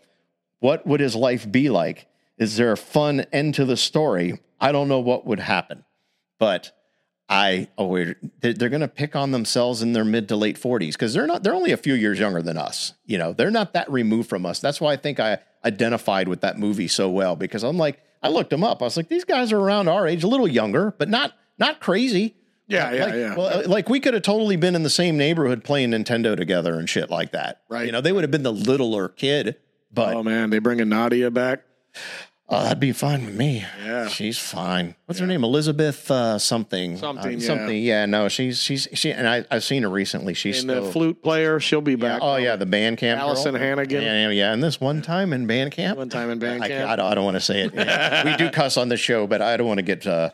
S1: What would his life be like? Is there a fun end to the story? I don't know what would happen, but I oh, we're- they're, they're going to pick on themselves in their mid to late forties because they're not they're only a few years younger than us. You know, they're not that removed from us. That's why I think I identified with that movie so well because I'm like I looked them up. I was like these guys are around our age, a little younger, but not not crazy.
S2: Yeah, yeah,
S1: like,
S2: yeah.
S1: Well, uh, like we could have totally been in the same neighborhood playing Nintendo together and shit like that.
S2: Right.
S1: You know, they would have been the littler kid, but
S2: oh man, they bringing Nadia back.
S1: Oh, that'd be fine with me.
S2: Yeah.
S1: she's fine. What's her name? Elizabeth uh, something.
S2: Something,
S1: Uh,
S2: yeah.
S1: Something. Yeah. No, she's she's she. And I I've seen her recently. She's
S2: And
S1: still.
S2: the flute player, she'll be
S1: yeah,
S2: back.
S1: oh yeah, the band camp.
S2: Allison
S1: girl.
S2: Hannigan.
S1: Yeah, yeah, yeah. And this one time in band camp.
S2: One time in band
S1: I,
S2: camp.
S1: I don't, I don't want to say it. Yeah. we do cuss on the show, but I don't want to get uh,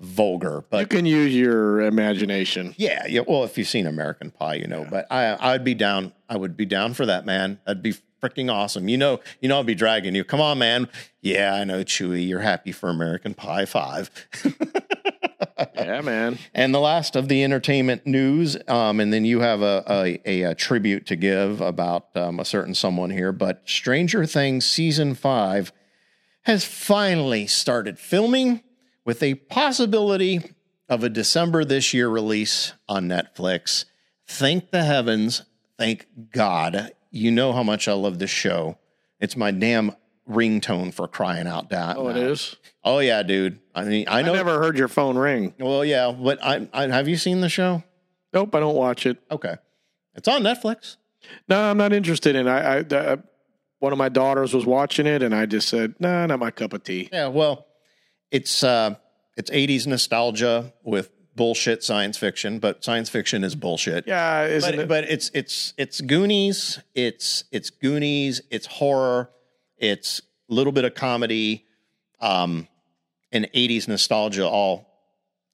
S1: vulgar. But
S2: you can use your imagination.
S1: yeah, yeah. Well, if you've seen American Pie, you know. But I, I'd be down. I would be down for that, man. That'd be freaking awesome. You know, you know, I'd be dragging you. Come on, man. Yeah, I know, Chewy. You're happy for American Pie Five.
S2: yeah, man.
S1: And the last of the entertainment news, um, and then you have a, a, a, a tribute to give about um, a certain someone here. But Stranger Things season five has finally started filming with a possibility of a December this year release on Netflix. Thank the heavens. Thank God. You know how much I love this show. It's my damn ringtone for crying out loud.
S2: Oh, it is.
S1: Oh, yeah, dude. I mean, I
S2: I
S1: know.
S2: never heard your phone ring.
S1: Well, yeah, but I, I have you seen the show?
S2: Nope, I don't watch it.
S1: Okay, it's on Netflix.
S2: No, I'm not interested in. I, I, I one of my daughters was watching it, and I just said, "Nah, not my cup of tea."
S1: Yeah, well, it's uh, it's '80s nostalgia with bullshit science fiction, but science fiction is bullshit.
S2: Yeah, isn't
S1: but,
S2: it?
S1: but it's it's it's Goonies, it's it's Goonies, it's horror, it's a little bit of comedy, um, and '80s nostalgia all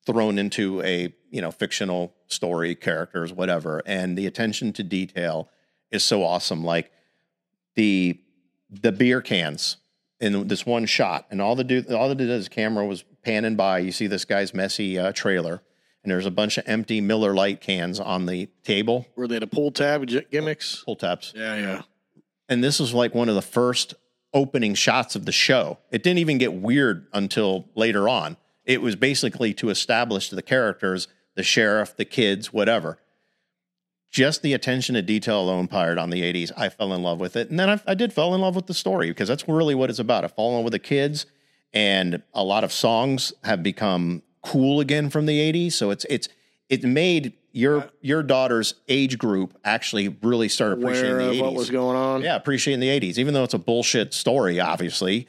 S1: thrown into a you know fictional story, characters, whatever. And the attention to detail is so awesome. Like the the beer cans in this one shot, and all the dude, all the dude his camera was panning by. You see this guy's messy uh, trailer, and there's a bunch of empty Miller Light cans on the table,
S2: Were they the pull tab gi- gimmicks?
S1: pull taps.
S2: Yeah, yeah.
S1: And this was like one of the first opening shots of the show. It didn't even get weird until later on. It was basically to establish the characters, the sheriff, the kids, whatever. Just the attention to detail alone pirate on the 80s. I fell in love with it. And then I, I did fall in love with the story because that's really what it's about. I fall in love with the kids and a lot of songs have become cool again from the 80s. So it's it's it made your your daughter's age group actually really start appreciating
S2: Aware
S1: the 80s.
S2: of what was going on?
S1: Yeah, appreciating the '80s, even though it's a bullshit story. Obviously,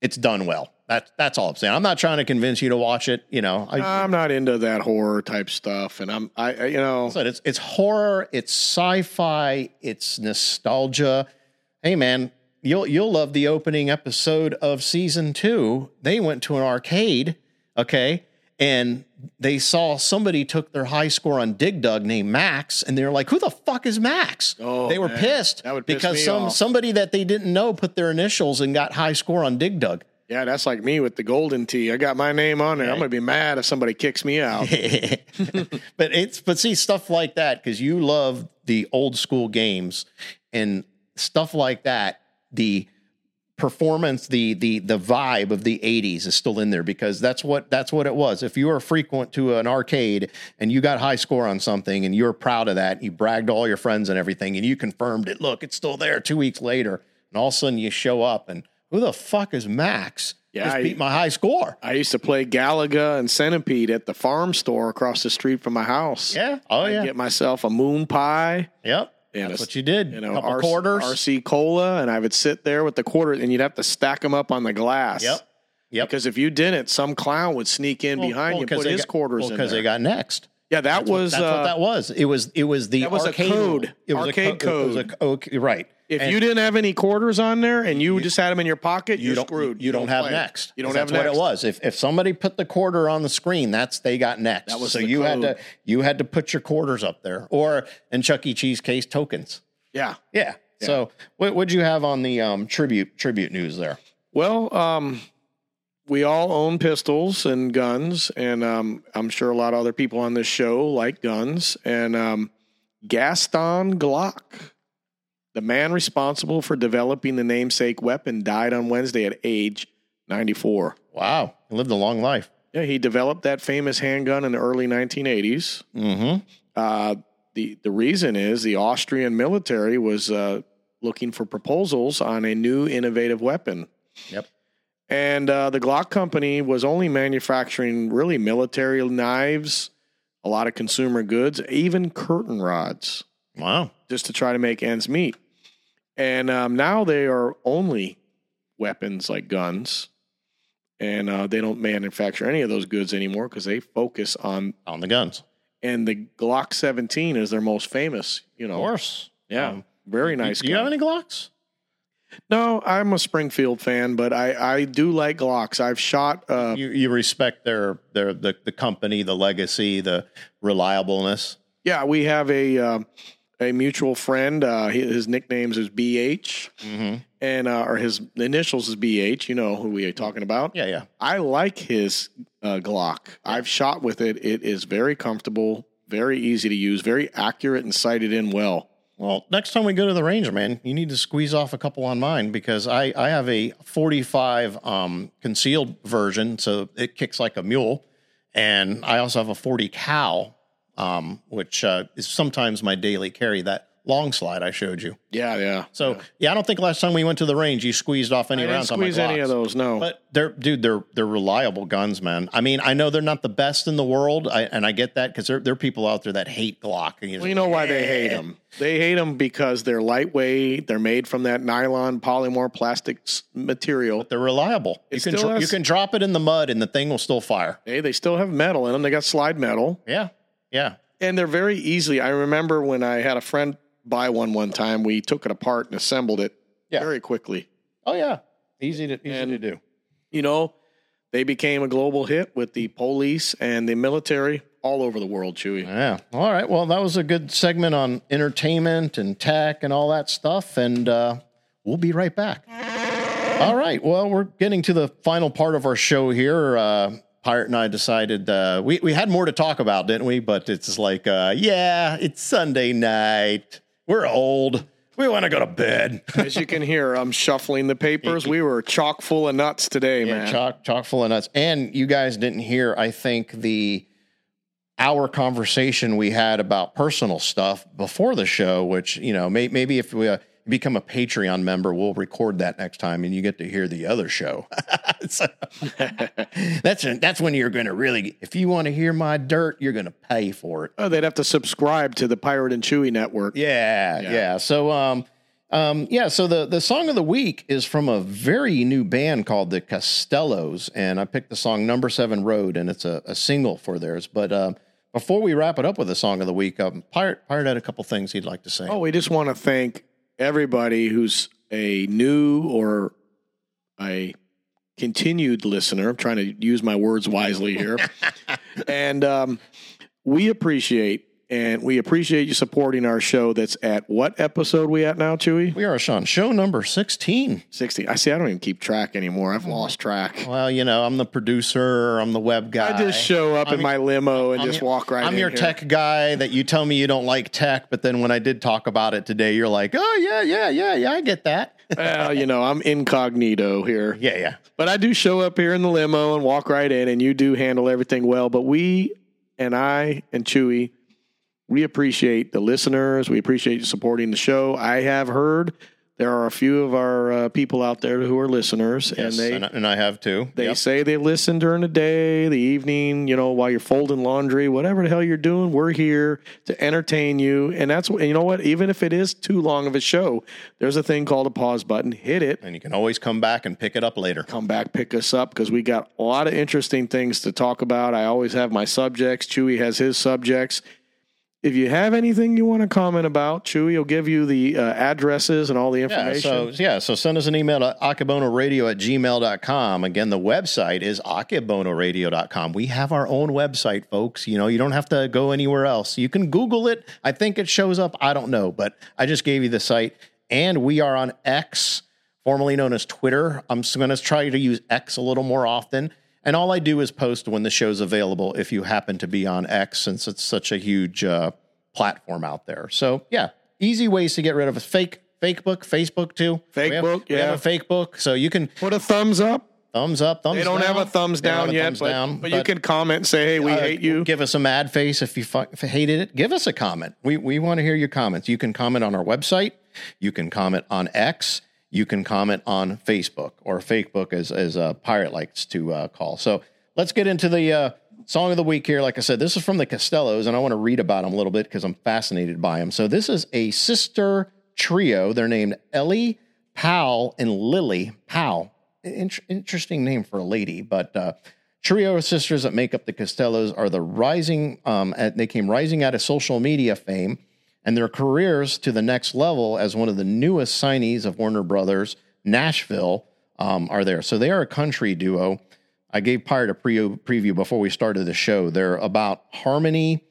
S1: it's done well. That that's all I'm saying. I'm not trying to convince you to watch it. You know, I
S2: I'm not into that horror type stuff, and I'm, I, I- you know,
S1: said it's it's horror, it's sci-fi, it's nostalgia. Hey, man, you'll you'll love the opening episode of season two. They went to an arcade, okay, and they saw somebody took their high score on Dig Dug named Max, and they're like, "Who the fuck is Max?"
S2: Oh,
S1: they were
S2: man.
S1: pissed
S2: That would piss
S1: because
S2: me
S1: some
S2: off.
S1: somebody that they didn't know put their initials and got high score on Dig Dug.
S2: yeah, that's like me with the golden tea. I got my name on there. I'm gonna be mad if somebody kicks me out.
S1: but it's but see stuff like that because you love the old school games and stuff like that. The performance the the the vibe of the 80s is still in there because that's what that's what it was if you were frequent to an arcade and you got high score on something and you're proud of that you bragged to all your friends and everything and you confirmed it look it's still there two weeks later and all of a sudden you show up and who the fuck is max
S2: Yeah,
S1: just
S2: I-
S1: beat my high score
S2: I used to play Galaga and Centipede at the farm store across the street from my house.
S1: yeah oh
S2: I'd
S1: yeah
S2: get myself a moon pie,
S1: yep
S2: Yeah,
S1: that's
S2: it's-
S1: what you did
S2: you know,
S1: couple
S2: RC,
S1: quarters
S2: RC cola, and I would sit there with the quarter, and you'd have to stack them up on the glass.
S1: yep yep
S2: Because if you didn't, some clown would sneak in behind you and put his quarters in
S1: because
S2: there.
S1: they got next
S2: yeah, that
S1: That's what-
S2: was
S1: that's
S2: uh,
S1: what that was. It was it was the
S2: That was a
S1: arcade
S2: code.
S1: It was
S2: Arcade
S1: a co- It was a, co- okay, right.
S2: If
S1: And
S2: you didn't have any quarters on there and you, just had them in your pocket,
S1: you
S2: you are
S1: don't
S2: screwed.
S1: you, don't, have
S2: play.
S1: next.
S2: You don't
S1: That's
S2: have
S1: what
S2: next.
S1: it was. If if somebody put the quarter on the screen, that's they got next.
S2: That was
S1: so
S2: the
S1: you had
S2: code.
S1: to you had to put your quarters up there or in Chuck E. Cheese case tokens.
S2: Yeah.
S1: Yeah. So what would you have on the um, tribute tribute news there?
S2: Well, um, we all own pistols and guns, and um, I'm sure a lot of other people on this show like guns. And um, Gaston Glock, the man responsible for developing the namesake weapon, died on Wednesday at age 94.
S1: Wow, you lived a long life.
S2: Yeah, he developed that famous handgun in the early 1980s.
S1: Mm-hmm.
S2: Uh, the the reason is the Austrian military was uh, looking for proposals on a new innovative weapon.
S1: Yep.
S2: And uh, the Glock company was only manufacturing really military knives, a lot of consumer goods, even curtain rods,
S1: Wow.
S2: just to try to make ends meet. And um, now they are only weapons like guns. And uh, they don't manufacture any of those goods anymore because they focus on
S1: On the guns.
S2: and the Glock 17 is their most famous, you
S1: Of
S2: know.
S1: course.
S2: Yeah.
S1: Um,
S2: very nice.
S1: Do you
S2: gun.
S1: have any Glocks?
S2: No, I'm a Springfield fan, but I, I do like Glocks. I've shot uh
S1: you you respect their their the, the company, the legacy, the reliableness.
S2: yeah, we have a uh, a mutual friend, uh his his nicknames is BH
S1: Mm-hmm.
S2: and uh, or his initials is BH, you know who we are talking about.
S1: Yeah, yeah.
S2: I like his uh, Glock. I've shot with it. It is very comfortable, very easy to use, very accurate and sighted in well.
S1: Well, next time we go to the range, man, you need to squeeze off a couple on mine because I I have a 45 um concealed version, so it kicks like a mule, and I also have a 40 cow, um, which uh, is sometimes my daily carry. That long slide I showed you.
S2: Yeah, yeah.
S1: So yeah, I don't think last time we went to the range you squeezed off any
S2: I didn't
S1: rounds on my
S2: squeeze any
S1: Glocks.
S2: of those, no.
S1: But they're dude, they're they're reliable guns, man. I mean, I know they're not the best in the world, I, and I get that because there there are people out there that hate Glock. And "Eh."
S2: Well, you know why they hate them. They hate them because they're lightweight. They're made from that nylon polymer plastic s- material.
S1: they're reliable. You
S2: It
S1: can
S2: still
S1: dro-
S2: has-
S1: you can drop it in the mud and the thing will still fire.
S2: Hey, they still have metal in them. They got slide metal,
S1: Yeah, yeah.
S2: and they're very easily. I remember when I had a friend buy one one time. We took it apart and assembled it
S1: Yeah.
S2: very quickly.
S1: Oh yeah, easy to easy to do.
S2: You know, they became a global hit with the police and the military all over the world. Chewy,
S1: Yeah. All right. Well, that was a good segment on entertainment and tech and all that stuff. And uh, we'll be right back. All right. Well, we're getting to the final part of our show here. Uh, Pirate and I decided uh, we we had more to talk about, didn't we? But it's like, uh, yeah, it's Sunday night. We're old. We want to go to bed.
S2: as you can hear, I'm shuffling the papers. We were chock full of nuts today,
S1: Yeah,
S2: man.
S1: chock chock full of nuts. And you guys didn't hear, I think, the hour conversation we had about personal stuff before the show, which you know, may, maybe if we uh, become a Patreon member, we'll record that next time, and you get to hear the other show. So, that's that's when you're going to really, if you want to hear my dirt, you're going to pay for it.
S2: Oh, they'd have to subscribe to the Pirate and Chewy Network.
S1: Yeah, yeah. So um um yeah, so the the song of the week is from a very new band called the Castellos and I picked the song Number 7 Road and it's a, a single for theirs, but um before we wrap it up with the song of the week, um, Pirate Pirate had a couple things he'd like to say.
S2: Oh, we just want to thank everybody who's a new or a continued listener. I'm trying to use my words wisely here. and um, we appreciate and we appreciate you supporting our show. That's at what episode we at now, Chewy?
S1: We are Sean. Show number sixteen.
S2: Sixty. I see. I don't even keep track anymore. I've lost track.
S1: Well, you know, I'm the producer. I'm the web guy.
S2: I just show up
S1: I'm
S2: in
S1: your-
S2: my limo and
S1: I'm
S2: just
S1: your-
S2: walk right.
S1: I'm
S2: in
S1: your
S2: here.
S1: tech guy that you tell me you don't like tech, but then when I did talk about it today, you're like, oh yeah, yeah, yeah, yeah, I get that.
S2: Well, you know, I'm incognito here.
S1: yeah, yeah.
S2: But I do show up here in the limo and walk right in, and you do handle everything well. But we and I and Chewy, we appreciate the listeners. We appreciate you supporting the show. I have heard there are a few of our uh, people out there who are listeners,
S1: Yes,
S2: and they
S1: and, I, and I have too.
S2: they
S1: Yep.
S2: say they listen during the day, the evening, you know, while you're folding laundry, whatever the hell you're doing, we're here to entertain you. And that's what, and you know what, even if it is too long of a show, there's a thing called a pause button. Hit it
S1: And you can always come back and pick it up later.
S2: come back, pick us up because we got a lot of interesting things to talk about. I always have my subjects. Chewy has his subjects. If you have anything you want to comment about, Chewy will give you the uh, addresses and all the
S1: Yeah,
S2: information.
S1: so yeah, so send us an email to akibonoradio at gmail.com. Again, the website is akibonoradio.com. We have our own website, folks. You know, you don't have to go anywhere else. You can Google it. I think it shows up. I don't know, but I just gave you the site. And we are on X, formerly known as Twitter. I'm going to try to use X a little more often. And all I do is post when the show's available if you happen to be on X, since it's such a huge uh, platform out there. So yeah, easy ways to get rid of a fake fake book, Facebook too.
S2: Fake
S1: We have-
S2: book,
S1: We
S2: yeah.
S1: have a fake book, so you can
S2: Put a thumbs up.
S1: thumbs up, thumbs.
S2: They don't
S1: down.
S2: have a thumbs
S1: They don't have
S2: down
S1: a
S2: yet,
S1: thumbs
S2: but,
S1: down,
S2: but, you can comment and say, hey, we
S1: uh,
S2: hate you.
S1: Give us a mad face if you fu- if you hated it. Give us a comment. We we want to hear your comments. You can comment on our website. You can comment on X. You can comment on Facebook or Facebook as as uh, Pirate likes to uh, call. So let's get into the uh, song of the week here. Like I said, this is from the Costellos, and I want to read about them a little bit because I'm fascinated by them. So this is a sister trio. They're named Ellie Powell and Lily Powell. In- interesting name for a lady, but uh, trio of sisters that make up the Costellos are the rising. Um, at, they came rising out of social media fame, and their careers to the next level as one of the newest signees of Warner Brothers Nashville um, are there. So they are a country duo. I gave Pirate a pre- preview before we started the show. They're about harmony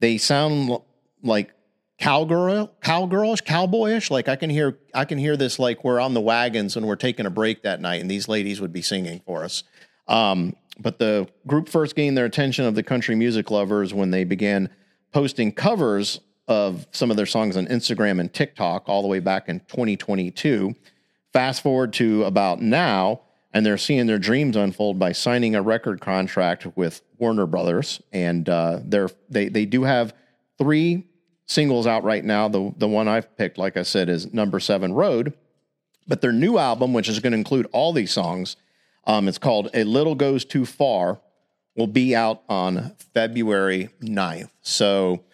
S1: they sound l- like cowgirl cowgirlish cowboyish like i can hear i can hear this like we're on the wagons and we're taking a break that night and these ladies would be singing for us um, but the group first gained their attention of the country music lovers when they began posting covers of some of their songs on instagram and tiktok all the way back in 2022 Fast forward to about now, and they're seeing their dreams unfold by signing a record contract with Warner Brothers, and uh, they're they they do have three singles out right now. The the one I've picked, like I said, is number seven Road, but their new album, which is going to include all these songs, um, it's called A Little Goes Too Far, will be out on February 9th. So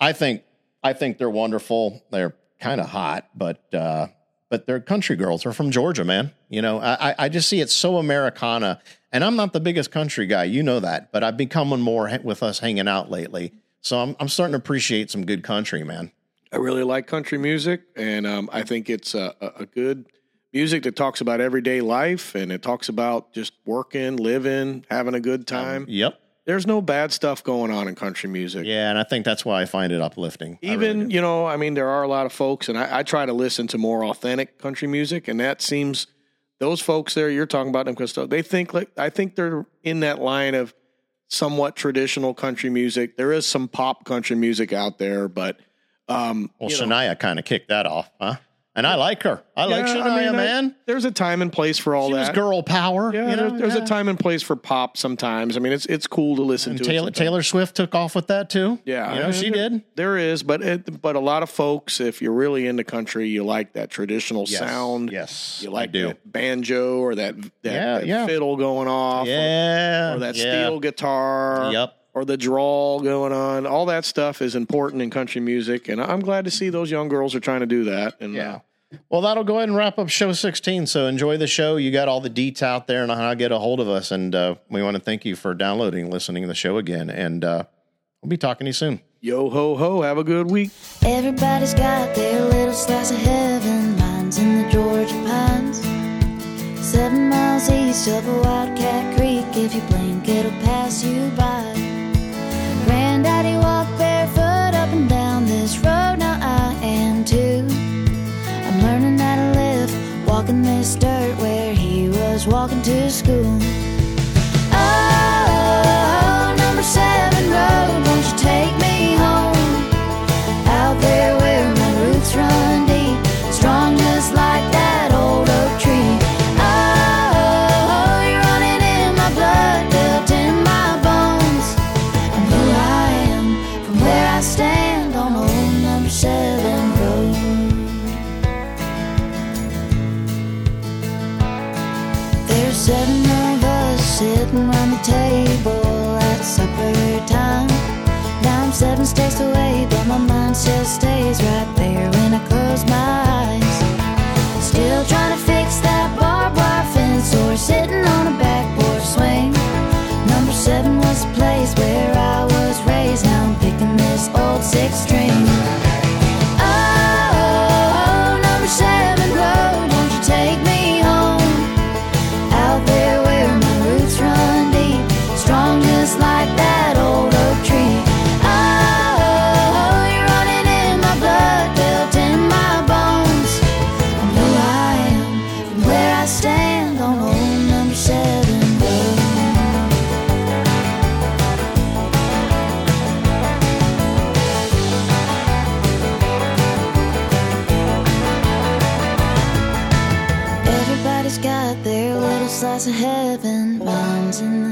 S1: I think I think they're wonderful. They're kind of hot, but uh, but they're country girls. They're from Georgia, man. You know, I I- I just see it so Americana, and I'm not the biggest country guy, you know that, but I've become one more ha- with us hanging out lately. So I'm I'm starting to appreciate some good country, man.
S2: I really like country music, and um, I think it's a, a a good music that talks about everyday life and it talks about just working, living, having a good time.
S1: Yep.
S2: There's no bad stuff going on in country music.
S1: Yeah, and I think that's why I find it uplifting. I really
S2: even you know i mean there are a lot of folks and I, I try to listen to more authentic country music and that seems those folks there you're talking about them because they think like i think they're in that line of somewhat traditional country music there is some pop country music out there but um
S1: Well,
S2: you know,
S1: Shania kind of kicked that off, huh? And I like her. I like
S2: yeah,
S1: Shania,
S2: Uh, I mean, I-
S1: man.
S2: there's a time and place for all
S1: She was
S2: that
S1: girl power.
S2: yeah
S1: you know?
S2: there- there's
S1: Yeah.
S2: a time and place for pop sometimes i mean it's it's cool to listen
S1: And
S2: to it
S1: Taylor
S2: sometimes.
S1: Taylor Swift took off with that too.
S2: Yeah.
S1: you know she did.
S2: There is, but it, but a lot of folks, if you're really into country, you like that traditional sound.
S1: Yes,
S2: you
S1: I
S2: like
S1: do.
S2: that banjo or that that,
S1: Yeah,
S2: that
S1: yeah.
S2: fiddle going off, or-
S1: Yeah,
S2: or, that
S1: yeah.
S2: steel guitar,
S1: Yep.
S2: or the drawl going on. All that stuff is important in country music, and I'm glad to see those young girls are trying to do that. And uh,
S1: Yeah. Well, that'll go ahead and wrap up show 16. So enjoy the show. You got all the deets out there and how to get a hold of us. And uh, we want to thank you for downloading, listening to the show again. And uh, we'll be talking to you soon.
S2: yo ho ho, have a good week.
S4: Everybody's got their little slice of heaven. Mine's in the Georgia pines. Seven miles east of Wildcat Creek. If you blink, it'll pass you by. Granddaddy walked barefoot was walking to school. Oh, number seven road, won't you take me home? Out there where my roots run deep, strong just like that old oak tree. Oh, you're running in my blood, built in my bones. I'm who I am, from where I stand on old number seven road. There's seven of us sitting round the table at supper time. Now I'm seven states away, but my mind still stays right there when I close my eyes. Still trying to fix that barbed wire fence or sitting on a backboard swing. Number seven was the place where I was raised. Now I'm picking this old six string. Oh, number seven road, won't you take me home? Out there where my roots run deep, strong just like that old oak tree. Oh, you're running in my blood, built in my bones. I'm who I am, from where I stand on old number seven road. Everybody's got their little slice of heaven. Mine's in the Oh, Oh,